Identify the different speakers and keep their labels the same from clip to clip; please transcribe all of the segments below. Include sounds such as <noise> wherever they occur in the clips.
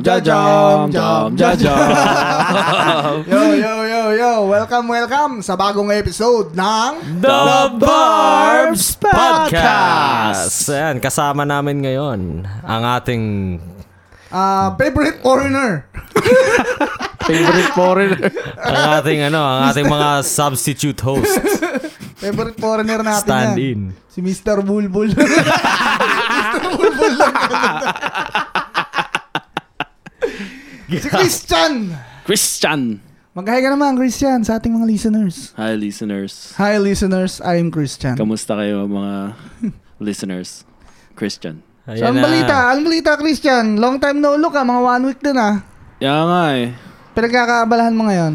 Speaker 1: Jajam, jam, jajam.
Speaker 2: Yo, yo, yo, yo! Welcome, welcome sa bagong episode ng...
Speaker 1: The Barbs Podcast.
Speaker 3: Ayan, kasama namin ngayon ang ating
Speaker 2: ah, favorite foreigner.
Speaker 1: Favorite foreigner.
Speaker 3: ang ating ano, ang ating mga substitute host
Speaker 2: Favorite foreigner natin
Speaker 3: stand
Speaker 2: yan.
Speaker 3: in.
Speaker 2: Si Mr. Bulbul. <laughs> Mr. Bulbul lang. si Christian!
Speaker 1: Christian.
Speaker 2: Maghahay ka naman, Christian, sa ating mga listeners.
Speaker 1: Hi listeners.
Speaker 2: Hi, listeners. I am Christian.
Speaker 1: Kamusta kayo mga listeners? Christian.
Speaker 2: So, ang
Speaker 3: na.
Speaker 2: balita, ang balita, Christian. Long time no look, ah. Mga one week din, ah.
Speaker 1: Kaya nga eh.
Speaker 2: Pinagkakaabalahan mo ngayon.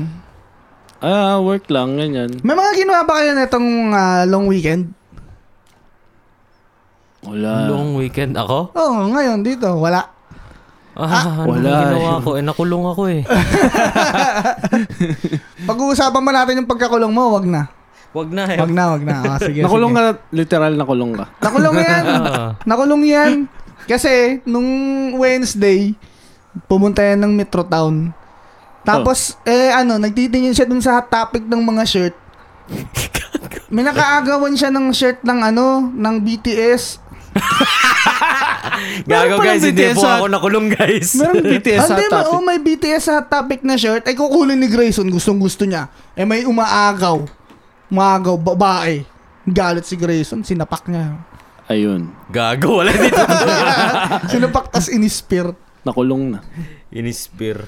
Speaker 1: Ah, work lang, ganyan.
Speaker 2: May mga ginawa ba kayo netong ah, long weekend?
Speaker 1: Wala.
Speaker 3: Long weekend ako?
Speaker 2: Oo, oh, ngayon dito, wala.
Speaker 3: Ah, ano
Speaker 1: wala.
Speaker 3: ang ginawa ko? Eh, nakulong ako eh.
Speaker 2: Pag-uusapan ba natin yung pagkakulong mo? Wag na.
Speaker 3: Wag na eh.
Speaker 2: Wag na, wag na. Ah, sige,
Speaker 1: Nakulong
Speaker 2: sige.
Speaker 1: ka, literal nakulong ka.
Speaker 2: Nakulong
Speaker 1: <laughs>
Speaker 2: yan.
Speaker 3: Ah.
Speaker 2: Nakulong yan. Kasi, nung Wednesday, pumunta yan ng Metro Town. Tapos,
Speaker 1: Oh.
Speaker 2: eh ano, nagtitingin siya dun sa hot topic ng mga
Speaker 1: <laughs>
Speaker 2: shirt. May nakaagawan siya ng shirt ng ano, ng BTS.
Speaker 3: Gago
Speaker 1: Meron palang
Speaker 3: guys, hindi
Speaker 1: BTS ah.
Speaker 3: po
Speaker 1: at-
Speaker 3: ako nakulong guys.
Speaker 1: Merong
Speaker 2: Hindi,
Speaker 1: BTS hot
Speaker 2: ma-
Speaker 1: topic.
Speaker 2: oh, may BTS sa hot topic na shirt. Ay, kukulin ni Grayson. Gustong gusto niya. Eh, may umaagaw. Umaagaw, babae. Galit si Grayson. Sinapak
Speaker 1: <laughs>
Speaker 2: niya.
Speaker 1: Ayun.
Speaker 3: Gago, wala dito. <laughs>
Speaker 2: Sinapak tas inispir.
Speaker 1: Nakulong na.
Speaker 3: Inispear.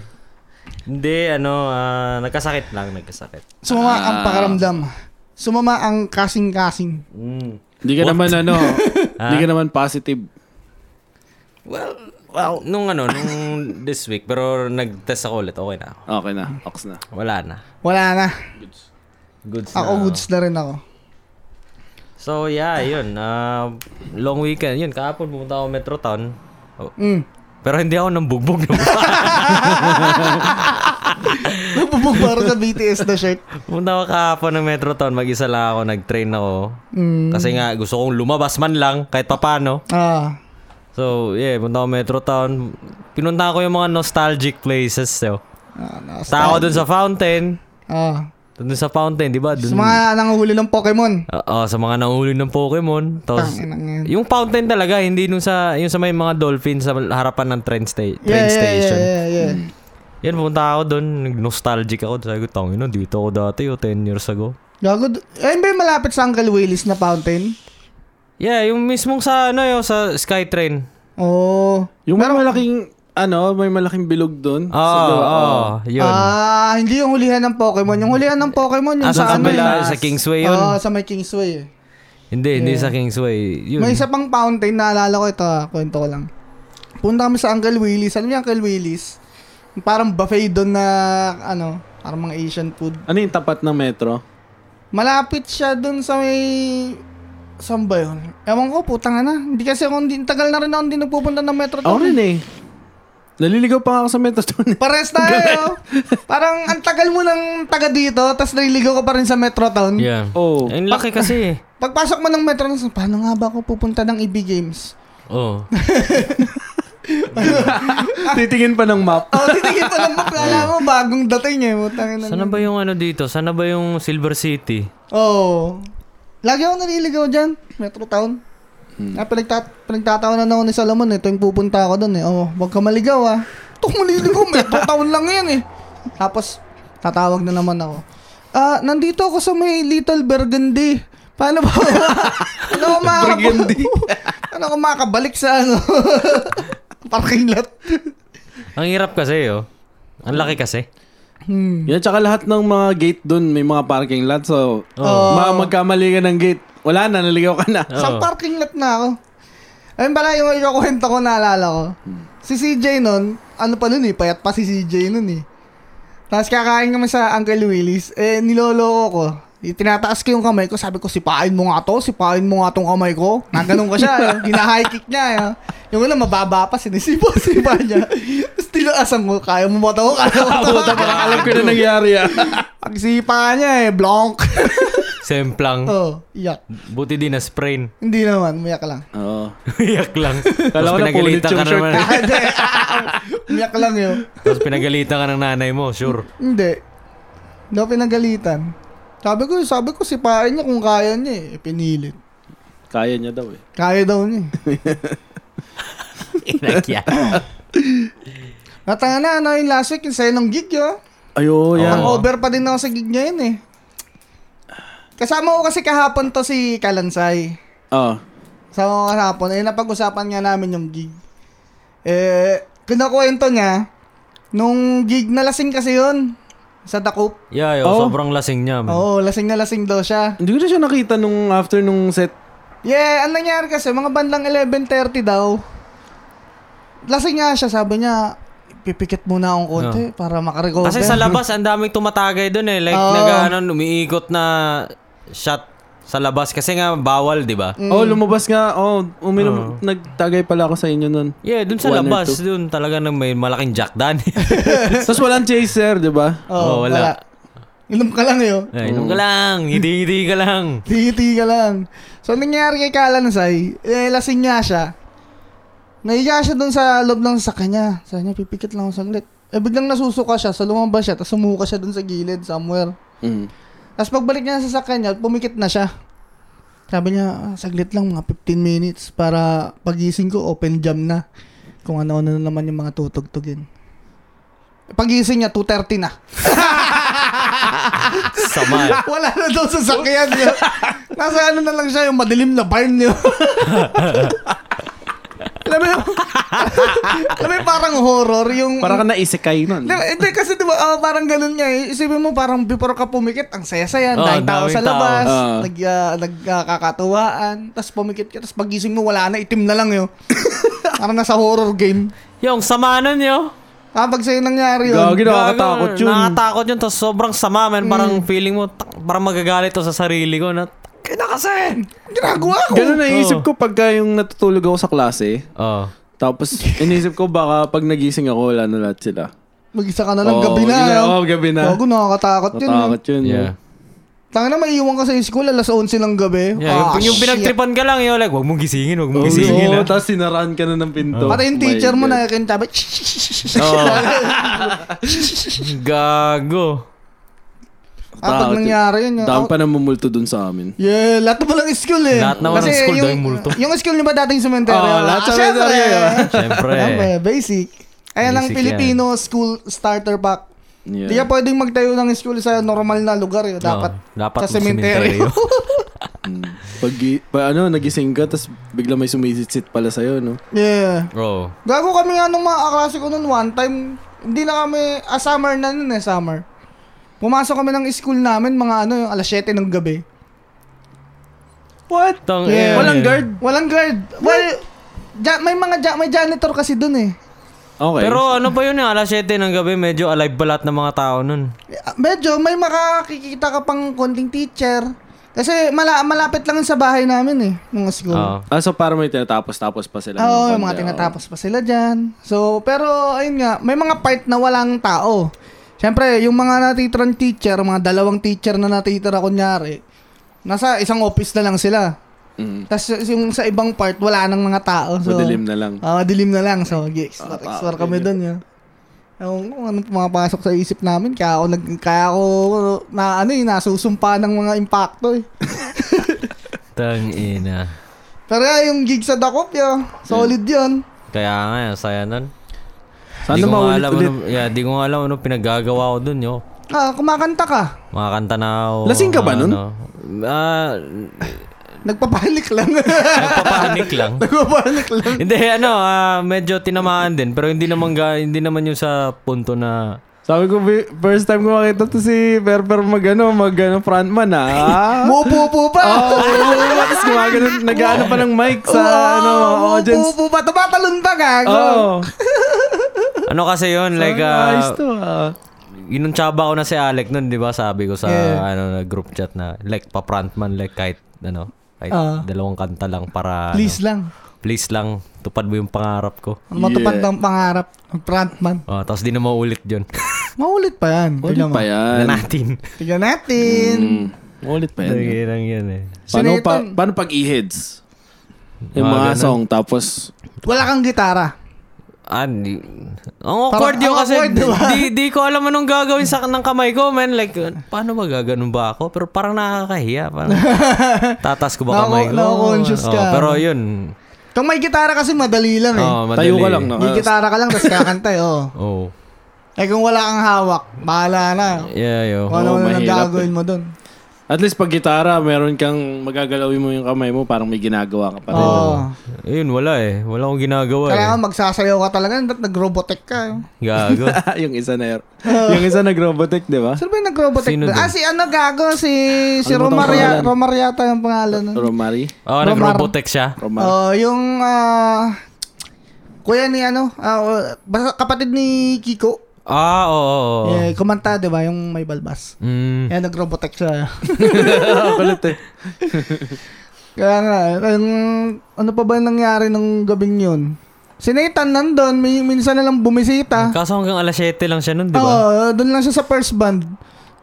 Speaker 3: Hindi, ano, ah, nagkasakit lang, nagkasakit.
Speaker 2: Sumama ang
Speaker 1: Ah.
Speaker 2: pakaramdam. Sumama ang kasing-kasing.
Speaker 3: Mm.
Speaker 1: Hindi ka
Speaker 3: What?
Speaker 1: naman ano, hindi ka naman positive.
Speaker 3: Well, well, nung ano, nung <laughs> this week, pero nag-test ako ulit, okay na ako.
Speaker 1: Okay na, ox na.
Speaker 3: Wala na.
Speaker 2: Wala na.
Speaker 3: Goods na.
Speaker 2: Ako
Speaker 1: Ah.
Speaker 2: goods na rin ako.
Speaker 3: So, yeah, yun. ah, long weekend. Yun, kahapon pumunta ako Metro Town. Oh,
Speaker 2: Mm.
Speaker 3: Pero hindi ako nang bugbog.
Speaker 2: Nabubog para sa BTS na shirt.
Speaker 3: <laughs> pumunta ako kahapon ng Metro Town. Mag-isa lang ako. Nag-train ako.
Speaker 2: Mm.
Speaker 3: Kasi nga, gusto kong lumabas man lang kahit papano.
Speaker 2: Ah.
Speaker 3: So, yeah, punta ako Metro Town. Pinunta ko yung mga nostalgic places. So.
Speaker 2: Ah, nas-
Speaker 3: Punta ako dun sa fountain.
Speaker 2: ah.
Speaker 3: Dun sa fountain, di ba?
Speaker 2: Sa
Speaker 3: Dun,
Speaker 1: Hmm.
Speaker 2: mga nanguhuli ng Pokemon.
Speaker 3: Oo, Ah, sa mga nanguhuli ng Pokemon. Tapos,
Speaker 2: Tanginang yan.
Speaker 3: yung fountain talaga, hindi nung sa, yung sa may mga dolphin sa harapan ng train, sta- train
Speaker 2: Yeah, yeah, yeah,
Speaker 3: station.
Speaker 2: yeah, yeah.
Speaker 3: Yan, pumunta ako doon. Nostalgic ako. Sabi ko, tangin na, dito ako dati, oh, 10 years ago.
Speaker 2: Gago. Ayun ba yung malapit sa Uncle Willis na fountain?
Speaker 3: Yeah, yung mismong sa, ano, yung sa Skytrain.
Speaker 2: Oo.
Speaker 1: Yung may malaking, ano, may malaking bilog doon.
Speaker 3: Oo, oo, Ah, yun.
Speaker 2: oh. Ah, hindi yung hulihan ng Pokemon. Yung hulihan ng Pokemon yung
Speaker 3: Ah, sa
Speaker 2: sa ano
Speaker 3: kabila,
Speaker 2: eh.
Speaker 3: sa Kingsway yun.
Speaker 2: Oo, sa may Kingsway. eh.
Speaker 3: hindi, hindi sa Kingsway. Yun.
Speaker 2: May isa pang fountain naalala ko ito, ah, kwento ko lang. Punta kami sa Uncle Willy's. Alam niyo Uncle Willy's? Yung Parang buffet doon na ano, parang mga Asian food.
Speaker 1: Ano yung tapat ng metro?
Speaker 2: Malapit siya doon sa may Saan ba yun? Ewan ko, putang na. Hindi kasi ako, hindi, tagal na rin ako hindi nagpupunta ng metro
Speaker 1: Ako
Speaker 2: doon.
Speaker 1: rin eh. Naliligaw pa nga ako sa metro
Speaker 2: <laughs>
Speaker 1: doon.
Speaker 2: Pares tayo. Parang ang tagal mo ng taga dito, tapos naliligaw ka pa rin sa Metro Town.
Speaker 3: Yeah.
Speaker 1: Oh.
Speaker 3: Ang laki
Speaker 2: <laughs>
Speaker 3: kasi eh.
Speaker 2: Pagpasok mo ng Metro Town, paano nga ba ako pupunta ng EB Games? Ano
Speaker 3: Oo.
Speaker 1: Titingin pa ng map.
Speaker 2: Oh, titingin pa
Speaker 3: <laughs>
Speaker 2: lang bakla mo bagong dating eh. Putang ina.
Speaker 3: Sana ba yung ano dito? Sana ba yung Silver City?
Speaker 2: Oh. Lagi ako naliligaw dyan, Metro Town. Ah, pinagtat pinagtatawanan ako ni Solomon eh. Tuwing pupunta ako doon eh. Oh, wag ka maligaw ah. Ito maliligaw, Metro Town lang yan eh. Tapos, tatawag na naman ako. Ah, nandito ako sa may Little Burgundy. Paano ba? ano ko makakab-
Speaker 1: Burgundy.
Speaker 2: <laughs> ano ko makabalik sa ano? Parking lot.
Speaker 3: Ang hirap kasi oh. Ang laki kasi.
Speaker 2: Hmm.
Speaker 1: Yan, tsaka lahat ng mga gate doon, may mga parking lot. So,
Speaker 2: Oh.
Speaker 1: ma- magkamali ka ng gate. Wala na, naligaw ka na.
Speaker 2: Sa
Speaker 3: Oo.
Speaker 2: parking lot na ako. Ayun pala yung ikukwento ko naalala ko. Si CJ nun, ano pa nun eh, payat pa si CJ nun eh. Tapos kakain kami sa Uncle Willy's, eh niloloko ko. Eh, Tinataas ko yung kamay ko, sabi ko, sipain mo nga to, sipain mo nga tong kamay ko. Naganon ko siya, eh. hina-high kick niya. Eh. Yung ano, mababa pa, sinisipa, sipa niya. Tapos tinaasan ko, kaya mo ba to? Kaya mo to?
Speaker 1: Puta, baka alam ko na nangyari ah.
Speaker 2: Ang sipa niya eh, blank. <laughs>
Speaker 3: Semplang.
Speaker 2: Oh, iyak.
Speaker 3: Buti di na sprain.
Speaker 2: Hindi naman, umiyak lang.
Speaker 1: <laughs> Oo.
Speaker 3: <laughs> Iyak lang.
Speaker 1: Kala ko
Speaker 3: Tapos
Speaker 1: na punit
Speaker 3: pinagalitan
Speaker 1: yung
Speaker 3: ka
Speaker 1: shirt
Speaker 3: naman.
Speaker 2: Hindi, ah, umiyak lang yun.
Speaker 3: <laughs> Tapos pinagalitan ka ng nanay mo, sure.
Speaker 2: Hindi. Hindi ako pinagalitan. Sabi ko, sabi ko sipain niya kung kaya niya eh. Pinilit.
Speaker 1: Kaya niya daw eh.
Speaker 2: Kaya daw niya eh.
Speaker 3: <laughs> Inakya.
Speaker 2: Natanga na, ano yung last week, yung sayo ng gig yun.
Speaker 1: Ayo, yan.
Speaker 2: Ang
Speaker 3: Oo.
Speaker 2: over pa din ako sa gig ngayon eh. Kasama ko kasi kahapon to si Kalansay.
Speaker 1: Oo.
Speaker 2: Kasama ko kahapon. Eh, napag-usapan nga namin yung gig. Eh, kinakwento niya, nung gig na lasing kasi yun, sa Dakup.
Speaker 3: Yeah, yo,
Speaker 1: Oo.
Speaker 3: oh, sobrang lasing niya.
Speaker 1: Oh,
Speaker 3: Man.
Speaker 2: Oo, lasing na lasing daw siya.
Speaker 1: Hindi ko na siya nakita nung after nung set.
Speaker 2: Yeah, ang nangyari kasi, mga bandang 11.30 daw. Lasing nga siya, sabi niya, pipikit muna akong konti para makarecover.
Speaker 3: Kasi Oh. sa labas, ang daming tumatagay dun eh. Like,
Speaker 2: Oo.
Speaker 1: Oh.
Speaker 3: nag, ano, umiikot na shot sa labas. Kasi nga, bawal, di ba?
Speaker 1: Oh, lumabas nga. Oh, uminom. Nagtagay pala ako sa inyo nun.
Speaker 3: Yeah, dun
Speaker 1: One
Speaker 3: sa
Speaker 1: or
Speaker 3: labas, dun talaga nang may malaking Jack
Speaker 1: <laughs>
Speaker 3: Daniel.
Speaker 1: Tapos walang chaser, di ba?
Speaker 3: Oo, Oh, wala.
Speaker 2: Oh, Inom ka lang yun.
Speaker 3: <laughs> Ay, inom ka lang, hindi-hindi ka
Speaker 1: <laughs>
Speaker 3: lang.
Speaker 2: Titi ka lang. So, ang nangyari kay Kalansay, eh, lasing nga siya. Naiya siya dun sa loob ng sasakyan niya. Sabi niya, pipikit lang ako saglit. Eh, biglang nasusuka siya. So, lumabas siya. Tapos sumuka siya dun sa gilid somewhere.
Speaker 1: Mm.
Speaker 2: Tapos pagbalik niya sa sasakyan niya, pumikit na siya. Sabi niya, "Ah, saglit lang, mga 15 minutes para pagising ko, open jam na. Kung ano-ano na naman yung mga tutugtugin. Pagising niya, 2.30 na.
Speaker 3: Sama.
Speaker 2: Wala na daw sa sakyan niya. Nasa ano na lang siya, yung madilim na barn niyo. alam mo yung, <laughs> alam mo yung parang horror, yung...
Speaker 1: Para ka naisikay nun.
Speaker 2: Di ba- Hindi, kasi diba, ah, parang ganun nga. eh. Isipin mo, parang before ka pumikit, ang saya-saya,
Speaker 3: Oo,
Speaker 2: dahil tao
Speaker 3: Oh, daming
Speaker 2: sa
Speaker 3: tao.
Speaker 2: labas,
Speaker 1: Oo.
Speaker 2: nag, ah, nagkakatuwaan, tapos pumikit ka, tapos pagising mo, wala na, itim na lang yun. <laughs> parang nasa horror game.
Speaker 3: Yung sama nun, yo.
Speaker 2: Kapag sa'yo nangyari yun,
Speaker 1: Gagi, nakakatakot
Speaker 3: Gago,
Speaker 1: yun. Hmm.
Speaker 3: Nakakatakot yun, tapos sobrang sama, man. Parang feeling mo, tak- parang magagalit to sa sarili ko na, kina kasi!
Speaker 2: ginagawa ko.
Speaker 1: Ganun naisip ko pagka yung natutulog ako sa klase.
Speaker 3: Oh.
Speaker 1: Tapos inisip ko baka pag nagising ako, wala na lahat sila.
Speaker 2: Mag-isa ka na lang,
Speaker 1: Oo,
Speaker 2: gabi na.
Speaker 1: yun,
Speaker 2: no?
Speaker 1: oo, Oh, gabi na.
Speaker 2: Gago, nakakatakot yun. no?
Speaker 1: Natakot yun.
Speaker 3: Yeah.
Speaker 2: Tanga na, maiiwan ka sa school alas 11 ng gabi.
Speaker 3: Yeah,
Speaker 2: Ah,
Speaker 3: yung, yung
Speaker 2: shit.
Speaker 3: pinagtripan ka lang, yo. Like, wag mong gisingin, wag mong
Speaker 1: Oo,
Speaker 3: gisingin.
Speaker 1: oo,
Speaker 3: ah.
Speaker 1: tapos sinaraan ka na ng pinto.
Speaker 2: Pati yung
Speaker 1: Oh My
Speaker 2: teacher mo
Speaker 1: God. Oh,
Speaker 2: na kintabi. <laughs>
Speaker 3: Oo. Gago.
Speaker 2: Ah, pag
Speaker 1: Takot yun.
Speaker 2: nangyari yun. yung-
Speaker 1: Dami pa namumulto dun sa amin.
Speaker 2: Yeah, lahat pa lang school eh.
Speaker 3: Lahat na walang school, dahil multo.
Speaker 2: Yung school niyo ba dating cemetery?
Speaker 1: Oo, Oh, lahat
Speaker 2: Ah,
Speaker 1: cemetery,
Speaker 3: <laughs>
Speaker 2: syempre.
Speaker 1: ah.
Speaker 2: Syempre,
Speaker 3: Siyempre.
Speaker 2: basic. Ayan ang
Speaker 3: Basic
Speaker 2: Filipino school starter pack.
Speaker 1: Yeah.
Speaker 2: Hindi ka pwedeng magtayo ng school sa normal na lugar. Eh. Dapat,
Speaker 3: Oo, dapat
Speaker 2: sa cemetery. <laughs>
Speaker 3: cemetery.
Speaker 1: Pag, pa, ano, nagising ka, tapos bigla may sumisit-sit pala sa'yo, no?
Speaker 2: yeah.
Speaker 3: Bro.
Speaker 2: Gago kami nga nung mga kaklase ko nun one time, hindi na kami, ah, summer na nun eh, summer. Pumasok kami ng school namin, mga ano, yung alas 7 ng gabi. What?
Speaker 3: Tang-
Speaker 2: Yeah.
Speaker 3: eh,
Speaker 1: Walang
Speaker 3: eh.
Speaker 1: guard.
Speaker 2: Walang guard. Well, ja- may mga ja- may janitor kasi dun eh.
Speaker 1: Okay.
Speaker 3: Pero ano ba yun, eh, alas 7 ng gabi, medyo alive pa lahat ng mga tao nun.
Speaker 2: Ah, Medyo may makakikita ka pang konting teacher. Kasi mala- malapit lang yun sa bahay namin eh, nung school.
Speaker 3: Oo.
Speaker 1: Ah, so para may tinatapos-tapos pa sila. ng
Speaker 2: Oo, yung
Speaker 1: konti,
Speaker 2: mga
Speaker 1: oo.
Speaker 2: tinatapos pa sila dyan. So, pero, ayun nga, may mga part na walang tao. Siyempre, yung mga natitirang teacher, mga dalawang teacher na natitira kunyari, nasa isang office na lang sila.
Speaker 1: Mm.
Speaker 2: Tapos yung sa ibang part, wala nang mga tao. So,
Speaker 1: Madilim na lang.
Speaker 2: Ah, madilim na lang. So, gi-explore
Speaker 1: Ah,
Speaker 2: explore
Speaker 1: tao,
Speaker 2: kami doon.
Speaker 1: ganyan.
Speaker 2: Yeah. Ewan ko kung anong pumapasok sa isip namin. Kaya ako, nag, kaya ako na, ano, eh, nasusumpa ng mga impacto
Speaker 1: <laughs>
Speaker 2: eh.
Speaker 3: Tang ina.
Speaker 2: Pero yeah, yung gig sa Dakop, yeah, solid yun.
Speaker 3: Kaya nga, eh, saya nun.
Speaker 1: Sana
Speaker 3: di ko nga alam,
Speaker 1: maulit-ulit.
Speaker 3: Ano, yeah, di ko nga alam ano pinaggagawa ko dun, yo.
Speaker 2: Ah, kumakanta ka.
Speaker 3: Mga kanta na ako.
Speaker 1: Lasing ka ba
Speaker 3: mga
Speaker 1: nun?
Speaker 3: Ano. Ah,
Speaker 2: Nagpapanik lang. <laughs>
Speaker 3: nagpapanik
Speaker 1: <laughs>
Speaker 3: lang.
Speaker 2: Nagpapanik lang.
Speaker 3: hindi, ano, ah, medyo tinamaan din. Pero hindi naman, ga, hindi naman yung sa punto na...
Speaker 1: Sabi ko, bi- first time ko makita to si Berber mag ano, mag ano, frontman
Speaker 2: <laughs>
Speaker 1: ah.
Speaker 2: Mupo-upo pa.
Speaker 1: Oo, oh, tapos gumagano, nag-ano pa ng mic sa ano, mga audience.
Speaker 2: Mupo-upo pa. Tumatalon pa gago.
Speaker 1: Oo.
Speaker 3: Ano kasi yun, like... ah,
Speaker 1: Ayos to ah.
Speaker 3: inuntsaba ko na si Alec nun, 'di ba? Sabi ko sa
Speaker 2: Yeah.
Speaker 3: ano na group chat na like pa frontman like kahit ano, kahit
Speaker 2: Ah.
Speaker 3: dalawang kanta lang para
Speaker 2: Please
Speaker 3: ano,
Speaker 2: lang.
Speaker 3: please lang tupad mo yung pangarap ko.
Speaker 2: Matupad ng pangarap. Ang frontman.
Speaker 3: Oh, tapos di na maulit 'yun. <laughs>
Speaker 2: Maulit pa yan. Mm. Tignan mo.
Speaker 1: Pa Ano yan.
Speaker 3: na natin.
Speaker 2: Tignan natin.
Speaker 1: Ulit pa yan.
Speaker 3: Nagilang yun eh.
Speaker 1: Paano,
Speaker 2: Sinetan.
Speaker 1: pa, paano pag e-heads? Yung
Speaker 3: Mga
Speaker 1: mga
Speaker 3: ganun.
Speaker 1: song, tapos...
Speaker 2: Wala kang gitara.
Speaker 3: Ah, di, ang awkward
Speaker 2: Parang
Speaker 3: yun
Speaker 2: ang
Speaker 3: kasi
Speaker 2: awkward, di ba?
Speaker 3: di, di ko alam anong gagawin sa ng kamay ko, man. Like, paano ba gaganon ba ako? Pero parang nakakahiya.
Speaker 2: <laughs>
Speaker 3: Parang, tatas ko ba
Speaker 2: Nako-
Speaker 3: kamay ko?
Speaker 2: nako-conscious
Speaker 3: Oo,
Speaker 2: ka.
Speaker 3: pero yun.
Speaker 2: Kung may gitara kasi madali lang eh.
Speaker 3: Oh, madali.
Speaker 1: Tayo ka lang.
Speaker 2: may
Speaker 1: Naka,
Speaker 2: gitara ka lang <laughs> tapos kakanta eh. Oh.
Speaker 3: Oh.
Speaker 2: Eh kung wala kang hawak, bahala na.
Speaker 3: Yeah, yo.
Speaker 2: Kung ano
Speaker 1: Oo,
Speaker 2: na
Speaker 1: mahirap
Speaker 2: gagawin mo doon.
Speaker 1: at least pag gitara, meron kang magagalawin mo yung kamay mo, parang may ginagawa ka pa rin.
Speaker 2: Oo.
Speaker 3: Ayun, wala eh. Wala akong ginagawa eh.
Speaker 2: Kailangan magsasayaw ka talaga. Ba't nag-robotech ka? eh?
Speaker 1: <laughs>
Speaker 3: Gago.
Speaker 1: yung isa na yun.
Speaker 2: Oh.
Speaker 1: yung isa nag-robotech, di ba?
Speaker 2: Sino ba yung nag-robotech?
Speaker 3: Sino
Speaker 2: doon?
Speaker 3: doon?
Speaker 2: Ah, si ano gago? Si, si
Speaker 1: Ano ba tong
Speaker 2: Romaria,
Speaker 1: pangalan?
Speaker 2: Romariata yung pangalan. nun.
Speaker 1: Romari?
Speaker 3: Oh, nag-robotech siya.
Speaker 1: Romar.
Speaker 2: Oo, yung ah, kuya ni ano, ah, basta kapatid ni Kiko.
Speaker 3: Ah, oo. oo,
Speaker 1: Oh.
Speaker 3: oo.
Speaker 2: Eh, kumanta, di ba? Yung may balbas.
Speaker 3: Mm.
Speaker 2: Kaya nag-robotech
Speaker 1: <laughs>
Speaker 2: siya.
Speaker 1: Hmm. Ah, Kulit eh.
Speaker 2: <laughs> Kaya nga, ang, ano pa ba nangyari nung gabing yun? Si Nathan nandun, min- minsan na lang bumisita.
Speaker 3: Kaso hanggang alas 7 lang siya nun, di
Speaker 2: Oo,
Speaker 3: ba?
Speaker 2: doon lang siya sa first band.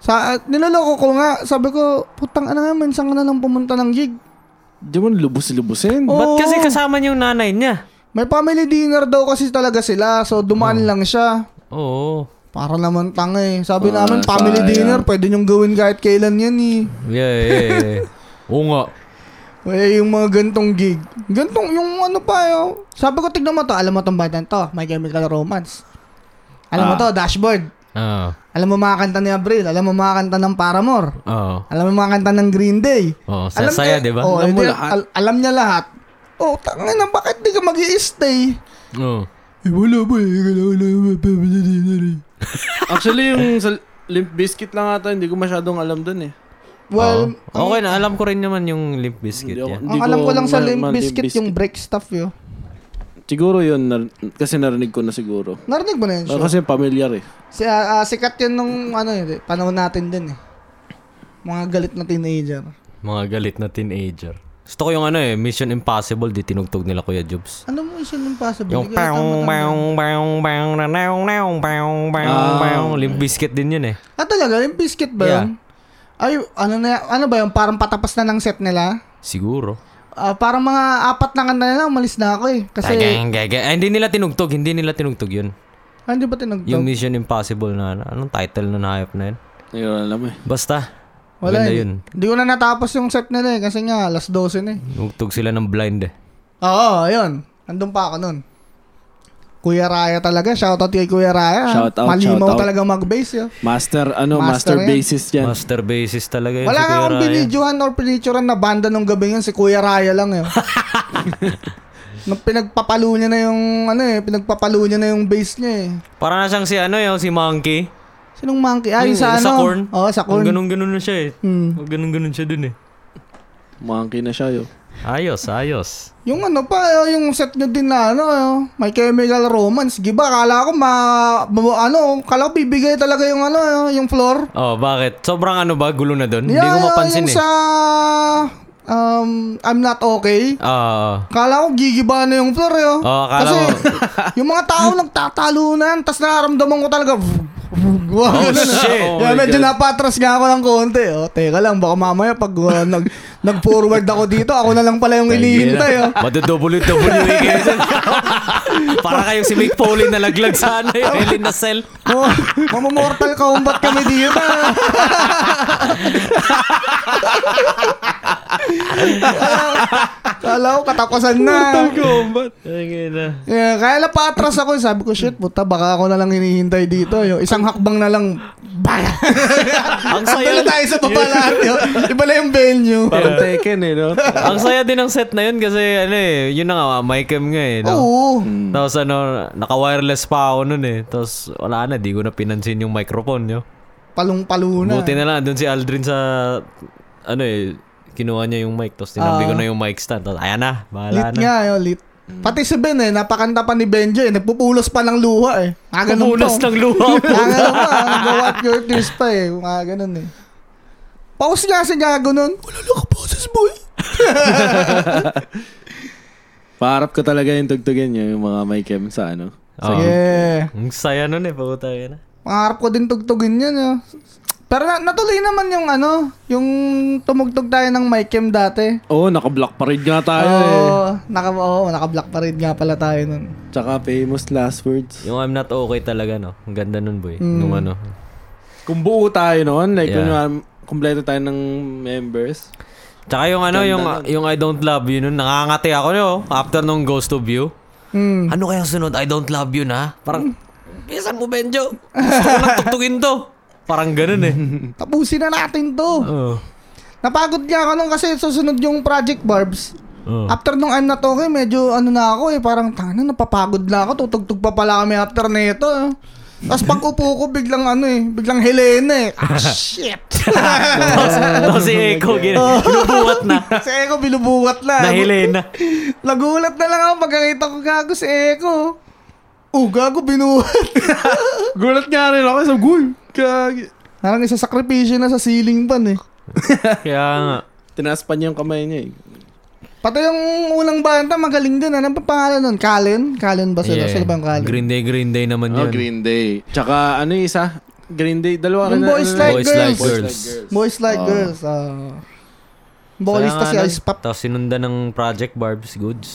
Speaker 2: Sa, at niloloko ko nga, sabi ko, putang ano nga, minsan ka na lang pumunta ng gig. Oh.
Speaker 1: Di mo lubos-lubusin.
Speaker 2: Oo.
Speaker 3: Ba't kasi kasama niya yung nanay niya?
Speaker 2: May family dinner daw kasi talaga sila, so dumaan lang siya.
Speaker 3: Oo.
Speaker 2: Para naman tanga eh. Sabi
Speaker 1: Ah,
Speaker 2: namin, family
Speaker 1: sayang.
Speaker 2: dinner, pwede niyong gawin kahit kailan yan eh.
Speaker 3: Yeah, yeah, yeah. Oo nga.
Speaker 2: Eh, yung mga gantong gig. Gantong, yung ano pa, yo. Sabi ko, tignan mo to. Alam mo tong band to. My Chemical Romance. Alam mo to, Dashboard.
Speaker 3: Ah.
Speaker 2: Alam mo mga kanta ni Abril. Alam mo mga kanta ng Paramore.
Speaker 3: Oo.
Speaker 2: Alam mo mga kanta ng Green Day.
Speaker 3: Oo, saya, saya,
Speaker 2: niya- oh.
Speaker 3: di ba?
Speaker 2: Oo,
Speaker 1: Alam mo
Speaker 2: hindi,
Speaker 1: lahat.
Speaker 2: al- alam niya lahat. Oh, tanga na, bakit di ka mag stay
Speaker 3: Oo.
Speaker 2: Eh, wala ba eh. Wala, wala, wala, family dinner eh.
Speaker 1: Actually, yung sa Limp Biscuit lang ata, hindi ko masyadong alam dun eh.
Speaker 2: Well,
Speaker 3: Oo. Okay na, alam ko rin naman yung Limp
Speaker 1: Hindi
Speaker 3: Bizkit
Speaker 1: ako-
Speaker 3: yan.
Speaker 2: ang
Speaker 1: Hindi
Speaker 2: alam ko lang sa
Speaker 1: ma-
Speaker 2: Limp
Speaker 1: ma-
Speaker 2: Biscuit yung break stuff yo.
Speaker 1: Siguro yun, nar- kasi narinig ko na siguro.
Speaker 2: Narinig mo na yun,
Speaker 1: Ah, Kasi familiar eh.
Speaker 2: Si, ah, ah, sikat yun nung ano yun, eh, panahon natin din eh. Mga galit na teenager.
Speaker 3: Mga galit na teenager. Gusto ko yung ano eh, Mission Impossible, di tinugtog nila Kuya Jobs.
Speaker 2: Ano mo is yun impossible?
Speaker 3: Yung
Speaker 2: Hindi ko yata
Speaker 3: pang
Speaker 2: matandaan.
Speaker 3: pang pang pang na naong naong pang pang
Speaker 1: Ah.
Speaker 3: pang Limp Bizkit din yun eh.
Speaker 2: Ah talaga, yung biscuit ba
Speaker 3: Yeah.
Speaker 2: yun? Ay, ano na, ano ba yun? Parang patapos na ng set nila.
Speaker 3: Siguro.
Speaker 2: Ah, parang mga apat na kanta nila, umalis na ako eh. Kasi,
Speaker 3: Gagang, gagang. Ay, Ah, hindi nila tinugtog, hindi nila tinugtog yun.
Speaker 2: ah, hindi ba tinagtog?
Speaker 3: Yung Mission Impossible na, na- anong title na nahayop na yun?
Speaker 1: Hindi ko alam eh.
Speaker 3: Basta.
Speaker 2: Wala
Speaker 3: maganda
Speaker 2: eh.
Speaker 3: yun.
Speaker 2: Hindi ko na natapos yung set nila eh, kasi nga, alas 12 na eh.
Speaker 3: Tinugtog sila ng blind eh.
Speaker 2: Oo, ayun. Nandun pa ako nun. Kuya Raya talaga. Shoutout kay Kuya Raya.
Speaker 1: Shoutout,
Speaker 2: Malimaw
Speaker 1: shoutout.
Speaker 2: talaga mag-bass yun.
Speaker 1: Master, ano,
Speaker 2: Master
Speaker 1: master,
Speaker 2: yan.
Speaker 1: bassist yan.
Speaker 3: Master bassist talaga yun
Speaker 2: Wala
Speaker 3: si
Speaker 2: nga
Speaker 3: Kuya
Speaker 2: akong
Speaker 3: Raya.
Speaker 2: binidyohan or pinituran na banda nung gabi yun. Si Kuya Raya lang
Speaker 3: <laughs>
Speaker 2: yun. Nung pinagpapalo niya na yung, ano eh, pinagpapalo niya na yung bass niya eh.
Speaker 3: Para na siyang si ano yung si Monkey.
Speaker 2: Sinong monkey? Ay,
Speaker 3: Yung-
Speaker 2: sa ano?
Speaker 3: Sa corn.
Speaker 2: Oo, sa corn.
Speaker 3: Ganun-ganun na siya eh.
Speaker 2: Hmm.
Speaker 3: Ganun-ganun siya dun eh.
Speaker 1: Monkey na siya yo.
Speaker 3: Ayos, ayos.
Speaker 2: Yung ano pa, eh, yung set niya din na ano, eh, My Chemical Romance. Giba, kala ko ma, ma- ano, kala ko bibigay talaga yung ano, eh, yung floor.
Speaker 3: Oh, bakit? Sobrang ano ba? Gulo na dun? Hindi
Speaker 2: Yeah,
Speaker 3: ko
Speaker 2: yeah,
Speaker 3: mapansin
Speaker 2: yung
Speaker 3: eh.
Speaker 2: sa um, I'm not okay.
Speaker 3: Ah,
Speaker 2: Kala ko gigiba na yung floor yun.
Speaker 3: Oo, akala
Speaker 2: Kasi
Speaker 3: ko-
Speaker 2: <laughs> yung mga
Speaker 3: <laughs>
Speaker 2: tao nagtatalunan, tas nararamdaman ko talaga. <laughs> Wow,
Speaker 3: Oh,
Speaker 2: ganun. eh.
Speaker 3: shit.
Speaker 1: Oh
Speaker 2: Kaya
Speaker 1: my
Speaker 2: medyo
Speaker 1: God.
Speaker 2: napatras nga ako ng konti. Oh. Teka lang, baka mamaya pag uh, nag, nag-forward ako dito, ako na lang pala yung hinihintay. Oh. <laughs>
Speaker 3: Mada-WWE kayo dyan. Para kayo si Mick Foley na laglag sa ano yung Hell in a Cell.
Speaker 2: Oh, mamamortal combat kami dito. Kala ko katapusan na.
Speaker 1: Combat.
Speaker 3: Ay, na.
Speaker 2: Yeah, kaya na patras ako. Sabi ko, shit, puta, baka ako na lang hinihintay dito. Yung isang hakbang na lang, bala.
Speaker 3: Ang
Speaker 2: Doon na
Speaker 3: saya,
Speaker 2: tayo sa baba lahat. yo. Iba na yung venue.
Speaker 1: Parang Tekken eh, <laughs> no?
Speaker 3: ang saya din ng set na yun kasi ano eh, yun na nga, my cam nga eh. No?
Speaker 2: Oo.
Speaker 3: Tapos ano, naka-wireless pa ako nun eh. Tapos wala na, di ko na pinansin yung microphone nyo.
Speaker 2: Palong-palo na.
Speaker 3: Buti na lang, doon si Aldrin sa, ano eh, kinuha niya yung mic. Tapos tinabi ko na yung mic stand. Tapos ayan na, bahala
Speaker 2: Ah. Lit
Speaker 3: na.
Speaker 2: nga, yo, lit. Pati si Ben eh, napakanta pa ni Benjo eh. Nagpupulos pa ng luha eh. Mga ganun
Speaker 3: Kumulas
Speaker 2: pa.
Speaker 3: ng luha.
Speaker 2: Nakakala ko, ah, go at your tears pa eh. Mga ganun eh. Pause nga si Gago nun. Wala lang ka pauses, boy.
Speaker 1: Paharap ko talaga yung tugtugin niya, yung mga may chem sa ano.
Speaker 3: Oo.
Speaker 2: Yeah.
Speaker 3: Ang saya nun eh, puta yun.
Speaker 2: Pangarap ko din tugtugin yan. Yo. Pero na- natuloy naman yung ano, yung tumugtog tayo ng MyChem
Speaker 3: Eh.
Speaker 2: dati.
Speaker 1: Oo, oh, naka-block pa rin nga tayo eh.
Speaker 2: Oo, naka, oo, naka-block pa rin nga pala tayo nun.
Speaker 1: Tsaka famous last words.
Speaker 3: Yung I'm not okay talaga, no? Ang ganda nun, boy. Nung
Speaker 2: Mm.
Speaker 3: ano.
Speaker 1: Kung buo tayo noon, like
Speaker 3: Yeah.
Speaker 1: kung um, kumpleto tayo ng members.
Speaker 3: Tsaka yung ano, yung, yung I don't love you nun, nakangati ako, no? After nung Ghost of You.
Speaker 2: Mm.
Speaker 3: Ano kaya sunod? I don't love you na? Parang,
Speaker 2: Hmm.
Speaker 3: bisan mo, Benjo. Gusto ko lang tugtugin to. Parang ganun
Speaker 2: <laughs>
Speaker 3: eh. Oh.
Speaker 2: Tapusin na natin to.
Speaker 3: Oo.
Speaker 2: Napagod nga ako nun kasi susunod yung Project Barbs.
Speaker 3: Oo.
Speaker 2: After nung I'm not okay, medyo ano na ako eh, parang tanga na, napapagod na ako, tutugtog pa pala kami after nito. eh. Tapos pag upo ko, biglang ano eh, biglang Helena eh.
Speaker 3: <laughs>
Speaker 2: Ah, shit!
Speaker 3: Tapos <laughs> tapos si Echo,
Speaker 2: <laughs>
Speaker 3: gin- binubuhat na.
Speaker 2: si Eko binubuhat na.
Speaker 3: Na Helena.
Speaker 2: Nagulat na lang ako pagkakita ko gago si Eko. Oh, gago binuhat. <laughs>
Speaker 1: Gulat nga rin ako sa gul. Kag...
Speaker 2: Parang isa sakripisyo na sa ceiling pan eh.
Speaker 3: Kaya nga.
Speaker 1: Tinaas pa niya yung kamay niya eh.
Speaker 2: Pati yung unang banda, magaling din. Anong pa pangalan nun? Kalen? Kalen ba sila?
Speaker 3: Yeah.
Speaker 2: Sila ba yung Kalen?
Speaker 3: Green Day, Green Day naman
Speaker 1: Oh,
Speaker 3: yun.
Speaker 1: Green Day. Tsaka ano yung isa? Green Day, dalawa
Speaker 2: Yung
Speaker 1: na-
Speaker 2: Boys
Speaker 1: ano na-
Speaker 2: Like
Speaker 3: Boys
Speaker 2: Girls.
Speaker 3: Like
Speaker 1: Boys
Speaker 3: Girls.
Speaker 2: Boys Like
Speaker 1: Oh.
Speaker 2: Girls. Uh, Vocalista si Ice Pop.
Speaker 3: Tapos sinundan ng Project Barbs Goods.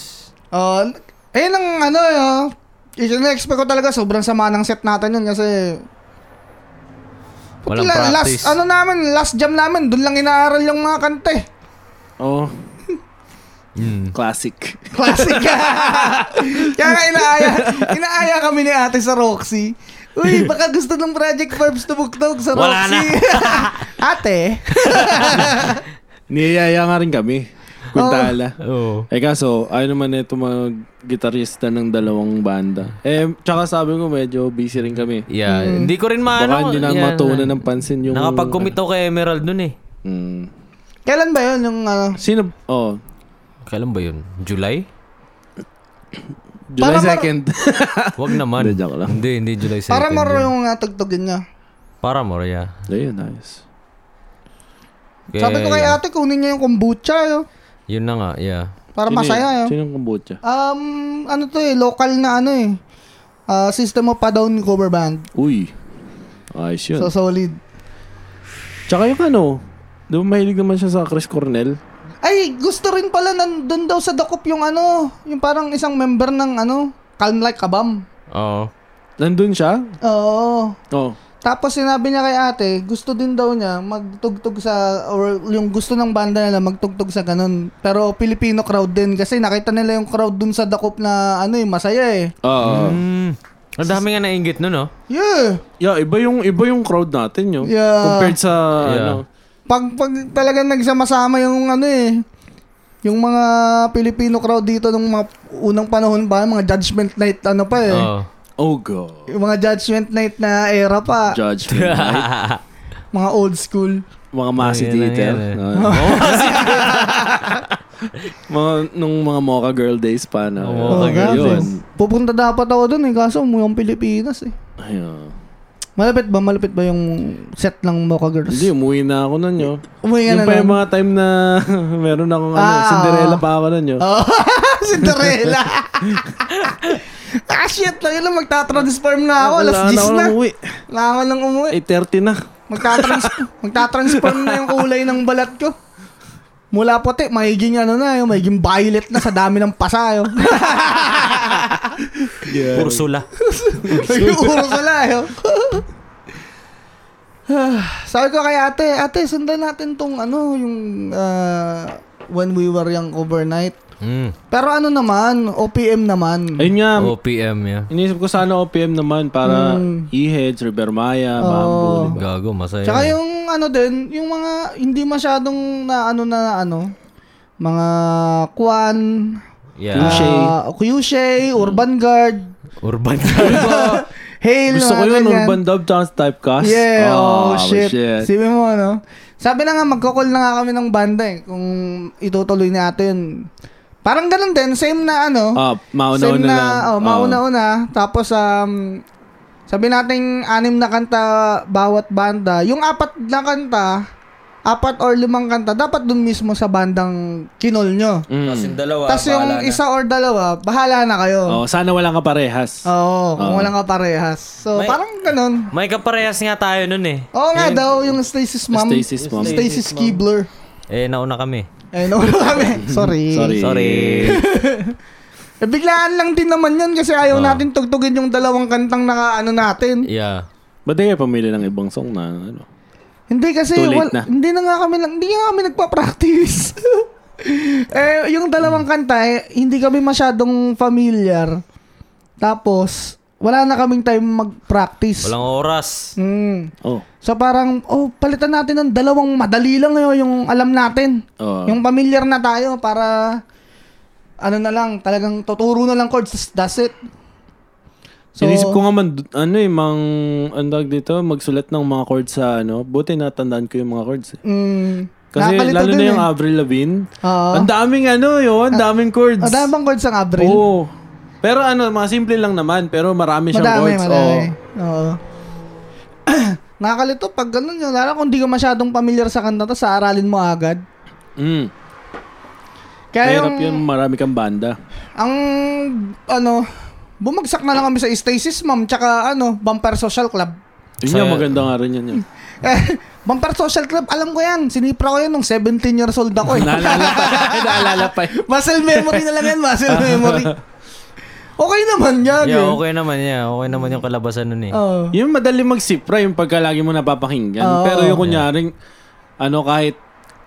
Speaker 2: Uh, eh, nang ano, eh, uh, expect ko talaga sobrang sama ng set natin yun kasi...
Speaker 3: Walang
Speaker 2: La-
Speaker 3: practice.
Speaker 2: Last, ano namin, last jam namin, doon lang inaaral yung mga kante. <laughs>
Speaker 1: Oh,
Speaker 3: Mm.
Speaker 1: classic.
Speaker 2: Classic. <laughs> Kaya nga inaaya, inaaya kami ni ate sa Roxy. Uy, baka gusto ng Project Verbs tumugtog sa
Speaker 3: Wala
Speaker 2: Roxy. <laughs> ate.
Speaker 1: Niyayaya nga rin kami. Kuntala.
Speaker 2: Hmm.
Speaker 3: Oo.
Speaker 1: Eh kaso, ayaw naman ito mga gitarista ng dalawang banda. Eh, tsaka sabi ko medyo busy rin kami.
Speaker 3: Yeah, hindi ko rin maano.
Speaker 1: Baka hindi na
Speaker 3: yeah,
Speaker 1: matuunan ng pansin yung...
Speaker 3: Ano? Nakapag-commit ako kay Emerald nun eh.
Speaker 1: Mm.
Speaker 2: Kailan ba yun yung ano?
Speaker 1: Sino? Oh,
Speaker 3: Kailan ba yun? July?
Speaker 1: July
Speaker 2: Para mar-
Speaker 1: 2nd.
Speaker 3: Wag naman.
Speaker 1: Hindi, joke lang.
Speaker 3: Hindi, hindi July 2nd.
Speaker 2: Para maro
Speaker 3: yun.
Speaker 2: yung uh, tugtogin niya.
Speaker 3: Para maro, yeah.
Speaker 1: <laughs> Ayun, nice.
Speaker 3: Kaya,
Speaker 2: Sabi ko kay ate, kunin niya yung kombucha. eh. Yo,
Speaker 3: Yun na nga, yeah.
Speaker 2: para
Speaker 1: Sino
Speaker 2: masaya. eh.
Speaker 1: yun?
Speaker 2: Yo.
Speaker 1: Sino yung kombucha?
Speaker 2: Um, ano to eh, local na ano eh. Ah, system of a Down cover band.
Speaker 1: Uy. Ayos yun.
Speaker 2: So solid.
Speaker 1: Tsaka yung ano, di ba mahilig naman siya sa Chris Cornell?
Speaker 2: Ay, gusto rin pala nandun daw sa Dakop yung ano, yung parang isang member ng ano, Calm Like Kabam.
Speaker 3: Oo.
Speaker 1: Nandun siya?
Speaker 2: Oo.
Speaker 1: Oh.
Speaker 2: Tapos sinabi niya kay ate, gusto din daw niya magtugtog sa, or yung gusto ng banda nila magtugtog sa ganun. Pero Filipino crowd din kasi nakita nila yung crowd dun sa Dakop na ano eh, masaya eh.
Speaker 1: Oo.
Speaker 3: Mm. Ang dami nga nainggit nun, oh. no?
Speaker 2: Yeah!
Speaker 1: Yeah, iba yung iba yung crowd natin, yo.
Speaker 2: Yeah.
Speaker 1: Compared sa ano.
Speaker 3: Yeah.
Speaker 2: pag, pag talagang nagsama-sama yung ano eh, yung mga Filipino crowd dito nung mga unang panahon pa, mga judgment night ano pa eh.
Speaker 3: Oo.
Speaker 1: Oh god.
Speaker 2: Yung mga judgment night na era pa,
Speaker 1: Judgment
Speaker 3: <laughs>
Speaker 1: night.
Speaker 2: mga old school.
Speaker 1: Mga Masi
Speaker 3: Ayan,
Speaker 1: Theater.
Speaker 3: ayan,
Speaker 1: Ah. <laughs> mga, nung mga Mocha Girl days pa na.
Speaker 3: Oo, Oh, Mocha Girl
Speaker 2: Oh, grabe.
Speaker 1: Yun.
Speaker 2: Pupunta dapat ako dun eh, kaso umuwi ang Pilipinas eh.
Speaker 1: Ayun.
Speaker 2: Malapit ba? Malapit ba yung set ng Mocha Girls?
Speaker 1: Hindi, umuwi na ako nun, yo.
Speaker 2: Umuwi ka
Speaker 1: Yung
Speaker 2: na
Speaker 1: pa yung
Speaker 2: nun.
Speaker 1: mga time na <laughs> meron akong ano,
Speaker 2: Ah,
Speaker 1: Cinderella
Speaker 2: oo.
Speaker 1: pa ako nun, yo.
Speaker 2: Oh, <laughs> Cinderella! <laughs> ah, shit lang. Yun lang, magta-transform na ako. Alas
Speaker 1: Wala
Speaker 2: 10
Speaker 1: ako
Speaker 2: na.
Speaker 1: nang Uwi.
Speaker 2: Wala ka nang umuwi.
Speaker 1: 8.30 na.
Speaker 2: Magtatrans magtatransform na yung kulay ng balat ko. Mula puti, magiging ano na, yung magiging violet na sa dami ng pasayo.
Speaker 1: Yeah.
Speaker 3: Ursula.
Speaker 2: Magiging uro sila yun. <sighs> Sabi ko kay ate, ate, sundan natin tong ano, yung ah, When We Were Young Overnight.
Speaker 3: Mm.
Speaker 2: Pero ano naman, OPM naman.
Speaker 1: Ayun nga,
Speaker 3: OPM, yeah.
Speaker 1: Iniisip ko sana OPM naman para
Speaker 2: Hmm.
Speaker 1: E-Heads, River Maya,
Speaker 2: Oo.
Speaker 1: Mambo. di ba?
Speaker 3: Gago, masaya.
Speaker 2: Tsaka yung ano din, yung mga hindi masyadong na ano na ano, mga Kwan,
Speaker 3: yeah.
Speaker 1: Yung- Cushey.
Speaker 2: ah, Cushey,
Speaker 1: Mm-hmm.
Speaker 2: Urban Guard, <laughs> Diba?
Speaker 3: Urban.
Speaker 1: <laughs>
Speaker 2: Hail,
Speaker 1: Gusto ko
Speaker 2: mga
Speaker 1: yun,
Speaker 2: ganyan.
Speaker 1: Urban Dub Chance Typecast.
Speaker 2: Yeah, oh,
Speaker 1: Ah,
Speaker 2: shit. Sabi mo, ano? Sabi na nga, magkakol na nga kami ng banda eh, kung itutuloy natin. Parang ganun din, same na ano.
Speaker 1: Ah,
Speaker 2: same
Speaker 1: mauna-una
Speaker 2: na,
Speaker 1: lang. Ah.
Speaker 2: oh, mauna-una. Tapos, um, sabi natin, anim na kanta bawat banda. Yung apat na kanta, apat or limang kanta, dapat dun mismo sa bandang kinol nyo.
Speaker 1: Mm.
Speaker 3: Tapos yung dalawa,
Speaker 2: Tapos
Speaker 3: bahala
Speaker 2: yung
Speaker 3: na.
Speaker 2: isa or dalawa, bahala na kayo.
Speaker 1: Oh, sana walang kaparehas.
Speaker 2: Oo, kung
Speaker 1: Oo.
Speaker 2: walang kaparehas. So,
Speaker 3: May-
Speaker 2: parang ganun.
Speaker 3: May kaparehas nga tayo nun eh.
Speaker 2: Oo nga daw, yung Stasis Mom.
Speaker 1: Stasis Mom.
Speaker 2: Stasis Keebler.
Speaker 3: Eh, nauna kami.
Speaker 2: Eh, nauna
Speaker 1: <laughs>
Speaker 2: kami. Sorry.
Speaker 1: Sorry.
Speaker 3: Sorry.
Speaker 2: Eh, biglaan lang din naman yun kasi ayaw
Speaker 1: Ah.
Speaker 3: Oo.
Speaker 2: natin tugtugin yung dalawang kantang naka ano natin.
Speaker 1: Eh,
Speaker 3: yeah.
Speaker 1: Ba't di kayo pamili ng ibang song na ano?
Speaker 2: Hindi kasi,
Speaker 1: Too late
Speaker 2: wal-
Speaker 1: na.
Speaker 2: hindi na nga kami lang, hindi nga kami nagpa-practice. <laughs> eh, yung dalawang
Speaker 1: Hmm.
Speaker 2: kanta, eh, hindi kami masyadong familiar. Tapos, wala na kaming time mag-practice.
Speaker 3: Walang oras.
Speaker 2: Mm.
Speaker 1: Oh.
Speaker 2: So parang, oh, palitan natin ng dalawang madali lang yun, yung alam natin.
Speaker 1: Oh.
Speaker 2: yung familiar na tayo para, ano na lang, talagang tuturo na lang chords, tas that's it. So,
Speaker 1: Sinisip ko nga man, ano eh, mang, andag dito, magsulat ng mga chords sa ano. Buti natandaan ko yung mga chords. eh.
Speaker 2: Mm,
Speaker 1: Kasi
Speaker 2: nakakalito
Speaker 1: lalo
Speaker 2: din
Speaker 1: na
Speaker 2: eh.
Speaker 1: yung
Speaker 2: Oh. Ah,
Speaker 1: Avril Lavigne.
Speaker 2: Oo.
Speaker 1: Ang daming ano yun, ang daming chords.
Speaker 2: Ang dami bang chords ang Abril?
Speaker 1: Oo. Pero ano, mga simple lang naman. Pero marami siyang
Speaker 2: Madami,
Speaker 1: chords.
Speaker 2: madami.
Speaker 1: Oo.
Speaker 2: Oo. <clears throat> Nakakalito pag ganun yun. Lalo kung di ka masyadong familiar sa kanta, tapos aaralin mo agad.
Speaker 1: Mm.
Speaker 2: Kaya
Speaker 1: Mahirap yun,
Speaker 2: yung,
Speaker 1: marami kang banda.
Speaker 2: ang, ano, bumagsak na lang kami sa Stasis Mom, tsaka ano, Vampire Social Club. <laughs>
Speaker 1: Yun
Speaker 3: Sa-
Speaker 1: nga, maganda nga rin yun. yun.
Speaker 2: Eh, Vampire Social Club, alam ko yan. Sinipra ko yan nung 17 years old ako eh.
Speaker 1: Naalala pa. Naalala pa. yun.
Speaker 2: <laughs> muscle memory na lang yan,
Speaker 3: <laughs>
Speaker 2: muscle memory. Okay naman yan.
Speaker 3: Yeah,
Speaker 2: eh. Ah.
Speaker 3: okay naman yeah. Okay naman yung kalabasan nun eh.
Speaker 2: Oo.
Speaker 1: Yung madali magsipra, yung pagka lagi mo napapakinggan.
Speaker 2: Oo.
Speaker 1: Pero yung kunyaring, ano, kahit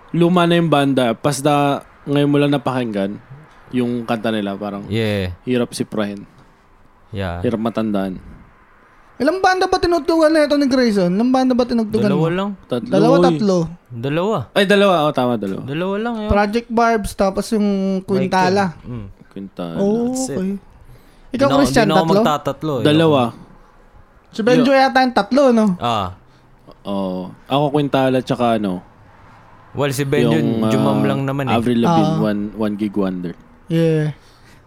Speaker 1: luma na yung banda, pasda ngayon mo lang napakinggan, yung kanta nila, parang
Speaker 3: Yeah.
Speaker 1: hirap siprahin.
Speaker 3: Yeah.
Speaker 1: Hirap matandaan.
Speaker 2: Ilang banda ba tinugtugan na ito ni Grayson? Ilang banda ba tinugtugan
Speaker 3: Dalawa
Speaker 2: mo?
Speaker 3: lang.
Speaker 1: Tatlo.
Speaker 2: Dalawa,
Speaker 1: oy.
Speaker 2: tatlo.
Speaker 3: Dalawa.
Speaker 1: Ay, dalawa. Oo, tama, dalawa.
Speaker 3: Dalawa lang yun.
Speaker 2: Project Barbs, tapos yung Quintala.
Speaker 3: Mm.
Speaker 1: Quintal.
Speaker 2: Oh,
Speaker 3: that's it.
Speaker 2: okay.
Speaker 3: Di
Speaker 2: Ikaw,
Speaker 3: na-
Speaker 2: Christian,
Speaker 3: di na ako
Speaker 2: tatlo?
Speaker 3: magtatatlo. eh.
Speaker 1: Dalawa.
Speaker 2: Si Benjo yata yung tatlo, no?
Speaker 3: Ah.
Speaker 1: Oo. Ako, Quintala, tsaka ano,
Speaker 3: Well, si Benjo,
Speaker 1: ah,
Speaker 3: jumam lang naman eh.
Speaker 1: Avril Lavigne, one, one Gig Wonder.
Speaker 2: Yeah.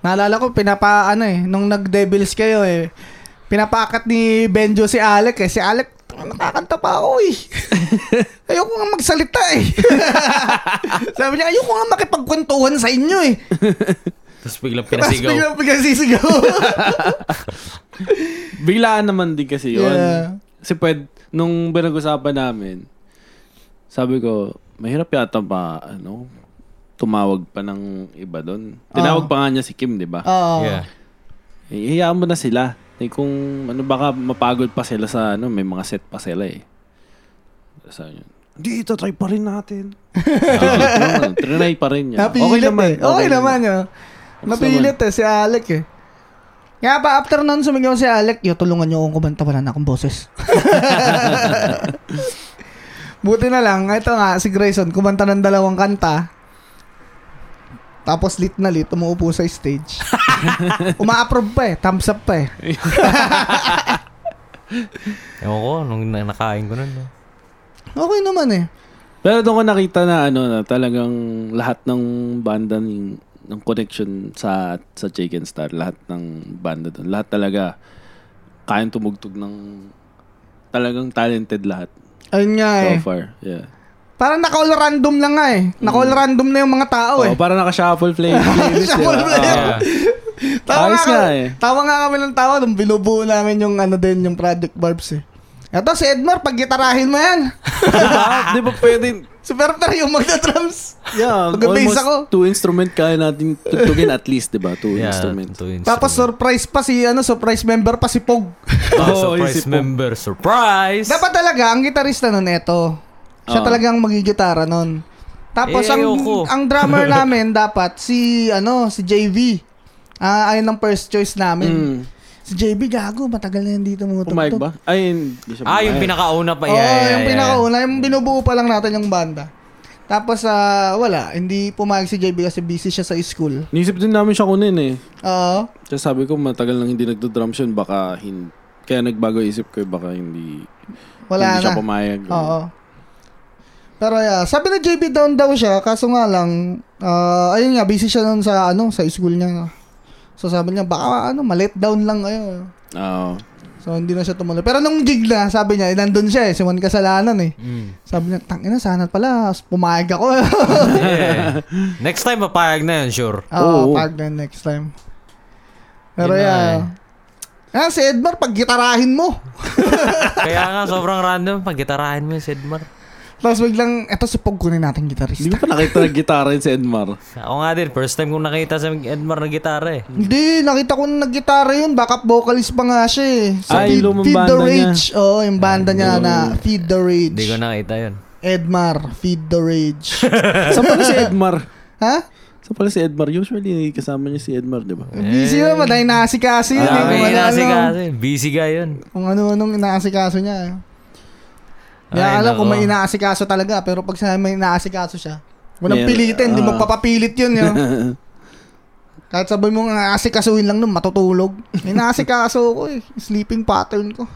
Speaker 2: Naalala ko, pinapa, ano eh, nung nag-devils kayo eh, pinapaakat ni Benjo si Alec eh. Si Alec, nakakanta pa ako
Speaker 3: <laughs>
Speaker 2: eh. ayoko nga magsalita eh. Sabi niya, ayoko nga makipagkwentuhan sa inyo eh.
Speaker 3: Tapos biglang
Speaker 2: Tapos
Speaker 3: pinasigaw.
Speaker 2: biglang
Speaker 3: <laughs>
Speaker 2: pinasisigaw.
Speaker 1: Biglaan naman din kasi yun.
Speaker 2: Yeah.
Speaker 1: Kasi pwed, nung pinag-usapan namin, sabi ko, mahirap yata ba, ano, tumawag pa ng iba doon.
Speaker 2: Ah.
Speaker 1: Tinawag pa nga niya si Kim, di ba?
Speaker 2: Oo.
Speaker 3: Yeah.
Speaker 1: Eh, Ihayaan mo na sila. Eh, kung ano, baka mapagod pa sila sa, ano, may mga set pa sila eh. Sabi niya, hindi, ito, try pa rin natin. Oo, trinay pa rin niya.
Speaker 2: Napilit
Speaker 1: Okay naman.
Speaker 2: eh. Okay, naman yun. Napilit eh, si Alec eh. Nga pa, after nun, sumigaw si Alec, yo, tulungan niyo akong kumanta, wala na akong <laughs> boses. Buti na lang, ito nga, si Grayson, kumanta ng dalawang kanta. Tapos lit na lit, umuupo sa <laughs> stage. Uma-approve pa eh, thumbs up pa eh.
Speaker 3: Ewan ko, nung na- nakain ko nun. no?
Speaker 2: Okay naman eh.
Speaker 1: Pero doon ko nakita na ano na talagang lahat ng banda ng ng connection sa sa Jake and Star, lahat ng banda doon, lahat talaga kayang tumugtog ng talagang talented lahat
Speaker 2: Ayun nga eh.
Speaker 1: so far. Yeah.
Speaker 2: Parang naka-all random lang nga eh. Naka-all random na yung mga tao eh.
Speaker 1: Oh, para
Speaker 2: <laughs>
Speaker 1: naka-shuffle play, playlist.
Speaker 2: Shuffle
Speaker 1: diba?
Speaker 2: play.
Speaker 1: Oo.
Speaker 2: Tawa
Speaker 1: Ayos
Speaker 2: nga,
Speaker 1: nga
Speaker 2: kami,
Speaker 1: eh.
Speaker 2: tawa nga kami ng tawa nung binubuo namin yung ano din, yung Project Barbs eh. Eto si Edmar, paggitarahin mo yan. <laughs>
Speaker 1: diba? Di ba pwede?
Speaker 2: si Perfter yung magda-drums. <laughs>
Speaker 1: Yeah,
Speaker 2: Pag-bass
Speaker 1: almost
Speaker 2: ako.
Speaker 1: two instrument kaya natin tugtugin at least, di ba? Two
Speaker 3: Yeah,
Speaker 1: instrument.
Speaker 3: two instruments.
Speaker 2: Tapos surprise pa si, ano, surprise member pa si Pog. <laughs>
Speaker 1: <laughs>
Speaker 3: Ah,
Speaker 1: Oo, Oh,
Speaker 3: surprise
Speaker 1: isip mo.
Speaker 3: member. Surprise!
Speaker 2: Dapat talaga, ang gitarista nun, eto. Siya
Speaker 1: Oo.
Speaker 2: talagang magigitara nun. Tapos
Speaker 3: Eh,
Speaker 2: ang,
Speaker 3: ayoko.
Speaker 2: ang
Speaker 1: <laughs>
Speaker 2: drummer namin dapat si, ano, si JV. Ah, ayun ang first choice namin.
Speaker 1: Mm. Oh
Speaker 2: Si JV, gago, matagal na yan dito mga
Speaker 1: Pumayag ba? Ay, hindi siya
Speaker 3: Ah, yung
Speaker 1: pumayag.
Speaker 3: pinakauna pa.
Speaker 2: Oo,
Speaker 3: Yeah, yeah,
Speaker 2: yung
Speaker 3: yeah.
Speaker 2: pinakauna, yung binubuo pa lang natin yung banda. Tapos, ah, wala, hindi pumayag si JB kasi busy siya sa school.
Speaker 1: Nisip din namin siya kunin eh.
Speaker 2: Oo.
Speaker 1: Kaya sabi ko, matagal nang hindi nagdo-drums yun, baka hin- Kaya nagbago isip ko, eh, baka hindi,
Speaker 2: wala
Speaker 1: hindi
Speaker 2: na.
Speaker 1: siya pumayag.
Speaker 2: Oo. Pero yeah, sabi na JB down daw siya, kaso nga lang, ah, ayun nga, busy siya nun sa, ano, sa school niya. So sabi niya, baka ano, malet down lang kayo.
Speaker 1: Oo.
Speaker 2: So, hindi na siya tumuloy. Pero nung gig na, sabi niya, eh, nandun siya eh, si Juan Kasalanan eh.
Speaker 3: Mm.
Speaker 2: Sabi niya, tangina, sana pala, pumayag ako. <laughs>
Speaker 3: Yeah. Next time, papayag na yun, sure.
Speaker 2: Oo,
Speaker 1: Oo.
Speaker 2: pag na next time. Pero
Speaker 3: Yun na eh.
Speaker 2: yeah. Ah, si Edmar, pag gitarahin mo. <laughs>
Speaker 3: Kaya nga, sobrang random. Paggitarahin mo yun si Edmar.
Speaker 2: Tapos biglang, eto si Pog, kunin natin gitarista.
Speaker 1: Hindi mo pa nakita ng gitara yun si Edmar.
Speaker 3: Ako nga din, first time kong nakita si Edmar na gitara eh.
Speaker 2: Hindi, nakita ko na nag-gitara yun. Backup vocalist pa nga siya eh. Sa
Speaker 1: Ay,
Speaker 2: Feed,
Speaker 1: lumang
Speaker 2: Feed the
Speaker 1: banda niya.
Speaker 2: Rage. Oo, yung banda niya na Feed the Rage.
Speaker 3: Hindi ko nakita yun.
Speaker 2: Edmar, Feed the Rage.
Speaker 1: Saan pala si Edmar?
Speaker 2: ha?
Speaker 1: Saan pala si Edmar? Usually, kasama niya si
Speaker 2: <laughs>
Speaker 1: Edmar, di ba?
Speaker 2: Busy na, maday naasikasi yun. eh,
Speaker 3: Dami
Speaker 2: kung
Speaker 3: yung
Speaker 2: ano,
Speaker 3: kasi
Speaker 2: ano,
Speaker 3: kasi. Busy guy yun.
Speaker 2: kung ano-anong inaasikaso niya. eh. Hindi
Speaker 3: Ay,
Speaker 2: alam
Speaker 3: nako.
Speaker 2: kung may inaasikaso talaga. Pero pag sa may inaasikaso siya, walang
Speaker 1: Meron.
Speaker 2: pilitin. Hindi
Speaker 1: Ah.
Speaker 2: magpapapilit yun. yun.
Speaker 1: <laughs>
Speaker 2: Kahit sabi mo nga asikasuhin lang nun, matutulog. May naasikaso ko eh. Sleeping pattern ko.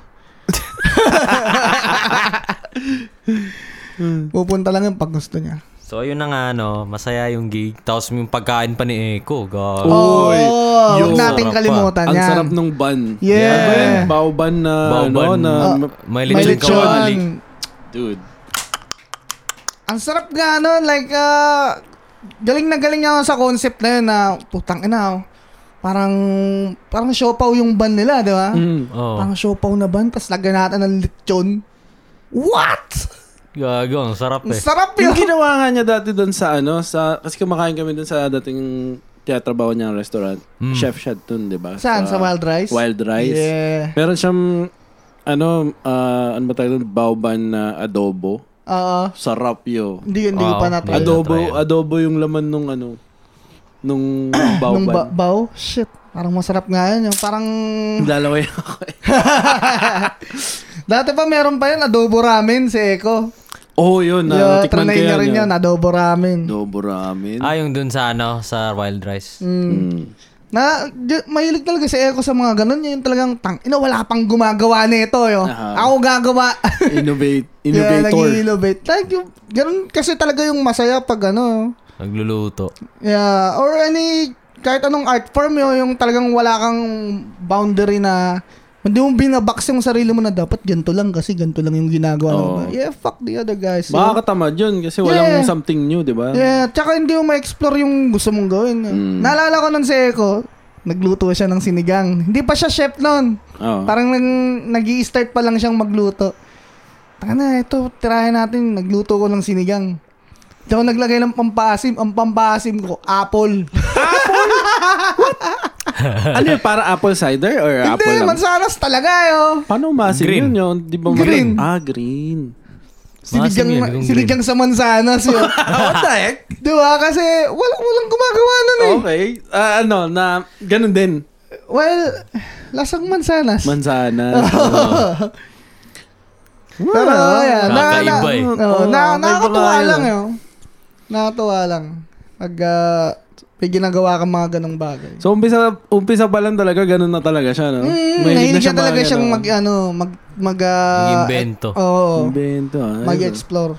Speaker 2: Pupunta lang yun pag gusto niya.
Speaker 3: So yun na nga ano, masaya yung gig. Tapos yung pagkain pa ni Eko. God.
Speaker 1: Oh, Uy,
Speaker 2: Oo, huwag
Speaker 1: yun.
Speaker 2: nating
Speaker 3: Sarap pa.
Speaker 2: kalimutan
Speaker 1: Ang
Speaker 2: yan.
Speaker 1: sarap nung ban.
Speaker 2: Yeah. Ah.
Speaker 1: Ano ba yun? Baoban na,
Speaker 3: Baoban.
Speaker 1: ano, na,
Speaker 3: May
Speaker 2: May
Speaker 3: lechon
Speaker 2: lechon.
Speaker 3: kawali.
Speaker 1: dude.
Speaker 2: Ang sarap nga nun, like, ah, galing na galing ako sa concept na yun na, putang ina, oh. parang, parang siopaw yung ban nila, di ba?
Speaker 1: Mm.
Speaker 3: Oh,
Speaker 2: Parang siopaw na ban, tapos lagyan natin ng lechon. What?
Speaker 3: gago. Ang sarap
Speaker 2: Ang
Speaker 3: eh.
Speaker 2: sarap yun.
Speaker 1: Yung ginawa nga niya dati doon sa ano, sa kasi kumakain kami doon sa dating tiyatrabaho niyang restaurant.
Speaker 3: Mm.
Speaker 1: Chef siya doon, di ba?
Speaker 2: Saan? Sa Wild Rice?
Speaker 1: Wild <laughs> Rice.
Speaker 2: Yeah.
Speaker 1: Meron siyang ano, ah, ano ba tawag doon? Baoban na adobo.
Speaker 2: Oo.
Speaker 1: Sarap yo.
Speaker 2: Hindi, hindi ko
Speaker 3: Wow.
Speaker 2: pa natin.
Speaker 3: Hindi Ado-
Speaker 1: Adobo,
Speaker 3: na try yun.
Speaker 1: adobo yung laman nung ano, nung
Speaker 2: <clears throat> Nung ba-
Speaker 1: baoban.
Speaker 2: baw? Shit. Parang masarap nga yun. Yung parang...
Speaker 1: Lalaway ako eh.
Speaker 2: Dati pa meron pa yun, adobo ramen si Eko.
Speaker 1: Oh, yun.
Speaker 2: Na,
Speaker 1: Na, tikman ko
Speaker 2: trinay niya
Speaker 1: yan.
Speaker 2: rin yun,
Speaker 1: yun.
Speaker 2: adobo ramen.
Speaker 1: Adobo ramen.
Speaker 3: Ah, yung dun sa ano, sa Wild Rice.
Speaker 2: Mm.
Speaker 1: Mm.
Speaker 2: Na, di- mahilig talaga si Eko sa mga ganun. Yung talagang, tang, ina, wala pang gumagawa nito. Yo.
Speaker 1: Aha.
Speaker 2: Ako gagawa.
Speaker 1: <laughs> Innovate,
Speaker 2: <laughs> Yeah,
Speaker 1: innovator.
Speaker 2: nag-innovate. Like, yung, ganun kasi talaga yung masaya pag ano.
Speaker 3: Nagluluto.
Speaker 2: Yeah, or any kahit anong art form yun, yung talagang wala kang boundary na hindi mo binabox yung sarili mo na dapat ganito lang kasi ganito lang yung ginagawa mo.
Speaker 1: Oo.
Speaker 2: Yeah, fuck the other guys. So,
Speaker 1: Makakatamad yun kasi walang
Speaker 2: Yeah.
Speaker 1: something new, di ba?
Speaker 2: yeah, tsaka hindi mo ma-explore yung gusto mong gawin.
Speaker 1: Mm.
Speaker 2: Naalala ko nun si Eko, nagluto siya ng sinigang. Hindi pa siya chef nun.
Speaker 1: Oo.
Speaker 2: Parang nag, nag start pa lang siyang magluto. Taka na, ito, tirahin natin. Nagluto ko ng sinigang. Hindi ako naglagay ng pampasim. Ang pampasim ko, apple.
Speaker 1: <laughs> ano yun, para apple cider or
Speaker 2: Hindi,
Speaker 1: apple lang?
Speaker 2: mansanas talaga eh, oh. yo.
Speaker 1: Paano masin
Speaker 3: Green.
Speaker 1: yun yun? Di ba
Speaker 2: Green.
Speaker 1: masin- Ah, green.
Speaker 3: Maasim yun,
Speaker 2: Sinigang,
Speaker 3: yung
Speaker 2: sinigang sa mansanas
Speaker 1: <laughs>
Speaker 2: yun.
Speaker 1: <laughs> What the heck?
Speaker 2: Di ba? Kasi walang, walang gumagawa nun eh.
Speaker 1: Okay. Ah, ano, na, ganun din.
Speaker 2: Well, lasang mansanas. <laughs>
Speaker 1: <laughs> Mansanas.
Speaker 2: Pero, yeah, na, na,
Speaker 3: Kakaiba eh.
Speaker 2: oh, na,
Speaker 1: Oo, kakaiba
Speaker 2: nakakatuwa
Speaker 1: nga
Speaker 2: lang eh.
Speaker 1: yun.
Speaker 2: yun. Nakakatuwa lang. Pag ah, may ginagawa ka mga ganong bagay.
Speaker 1: So, umpisa, umpisa pa lang talaga, ganun na talaga siya,
Speaker 2: Mm,
Speaker 1: no? Mahilig
Speaker 2: mahilig siya
Speaker 1: mga
Speaker 2: talaga siyang
Speaker 1: ganun.
Speaker 2: mag, oh, ano, mag, mag, ah,
Speaker 3: Mag-invento.
Speaker 2: Oo.
Speaker 1: Invento, ah.
Speaker 2: mag-explore.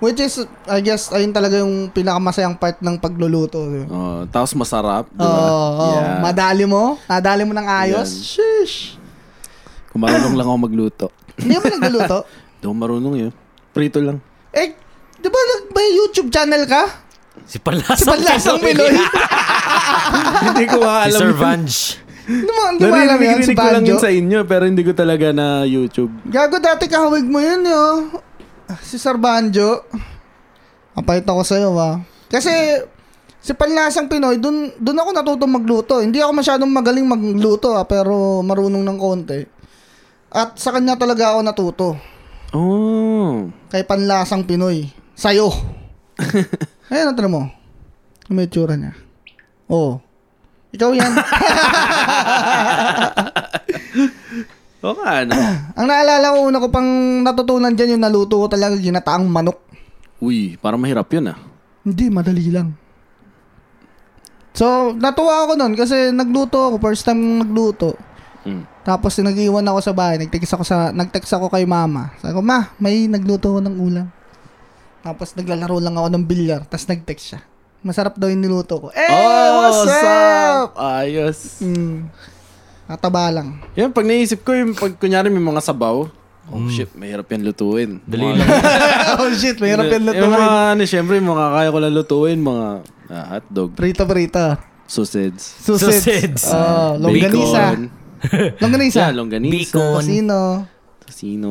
Speaker 2: Which is, I guess, ayun talaga yung pinakamasayang part ng pagluluto. di ba?
Speaker 1: Oh, tapos masarap,
Speaker 2: Oo,
Speaker 1: di ba?
Speaker 2: oo.
Speaker 1: Yeah.
Speaker 2: madali mo. Nadali mo ng ayos.
Speaker 1: Yan.
Speaker 2: Sheesh.
Speaker 1: Kung marunong lang ako magluto.
Speaker 2: Hindi mo nagluluto?
Speaker 1: Hindi ako marunong yun. Prito
Speaker 2: <laughs>
Speaker 1: lang.
Speaker 2: eh, di ba nag- may YouTube channel ka?
Speaker 3: Si Palasang,
Speaker 2: Si Panlasang
Speaker 3: <laughs>
Speaker 2: Piloy.
Speaker 1: Hindi ko
Speaker 3: Si
Speaker 1: alam.
Speaker 3: Sir Vange.
Speaker 2: Hindi mo, hindi mo alam yan, si
Speaker 1: Narinig ko lang
Speaker 2: Banjo.
Speaker 1: yun sa inyo, pero hindi ko talaga na YouTube.
Speaker 2: Gago dati kahawig mo yun, yo. Ah, Si Sir Banjo. Kapahit ako sa'yo, ha. Kasi, si Panlasang Pinoy, dun, dun ako natutong magluto. Hindi ako masyadong magaling magluto, ha, pero marunong ng konti. At sa kanya talaga ako natuto.
Speaker 1: Oh.
Speaker 2: Kay Panlasang Pinoy. Sa'yo. Ayan, natira mo. Yung May tsura niya. Oo. Ikaw yan.
Speaker 1: O ka, ano?
Speaker 2: Ang naalala ko, una ko pang natutunan dyan yung naluto ko talaga ginataang manok.
Speaker 1: Uy, parang mahirap yun ah.
Speaker 2: Hindi, madali lang. So, natuwa ako nun kasi nagluto ako. First time kong nagluto.
Speaker 1: Mm.
Speaker 2: Tapos nag-iwan ako sa bahay. Nag-text ako, sa, nag-text ako kay mama. Sabi ko, ma, may nagluto ko ng ulam. Tapos naglalaro lang ako ng bilyar. Tapos nag-text siya.
Speaker 1: Oh,
Speaker 2: Oh! Masarap daw yung niluto ko. Eh, what's up?
Speaker 1: Ayos.
Speaker 2: Mm. Kataba lang.
Speaker 1: Yan, pag naisip ko, yung pag kunyari may mga sabaw, oh shit, mahirap yan lutuin.
Speaker 3: Mm. Dali
Speaker 1: Mga-
Speaker 3: lang.
Speaker 2: <laughs> oh shit, mahirap yan
Speaker 1: Yung
Speaker 2: lutuin.
Speaker 1: mga, ano, syempre, yung mga kaya ko lang lutuin, mga ah, hotdog,
Speaker 2: Prito-prito.
Speaker 1: sausage,
Speaker 2: Sausage.
Speaker 3: Sausage.
Speaker 2: Oh, longganisa.
Speaker 1: bacon, yeah,
Speaker 2: Longganisa.
Speaker 1: longganisa,
Speaker 2: Casino.
Speaker 1: sino.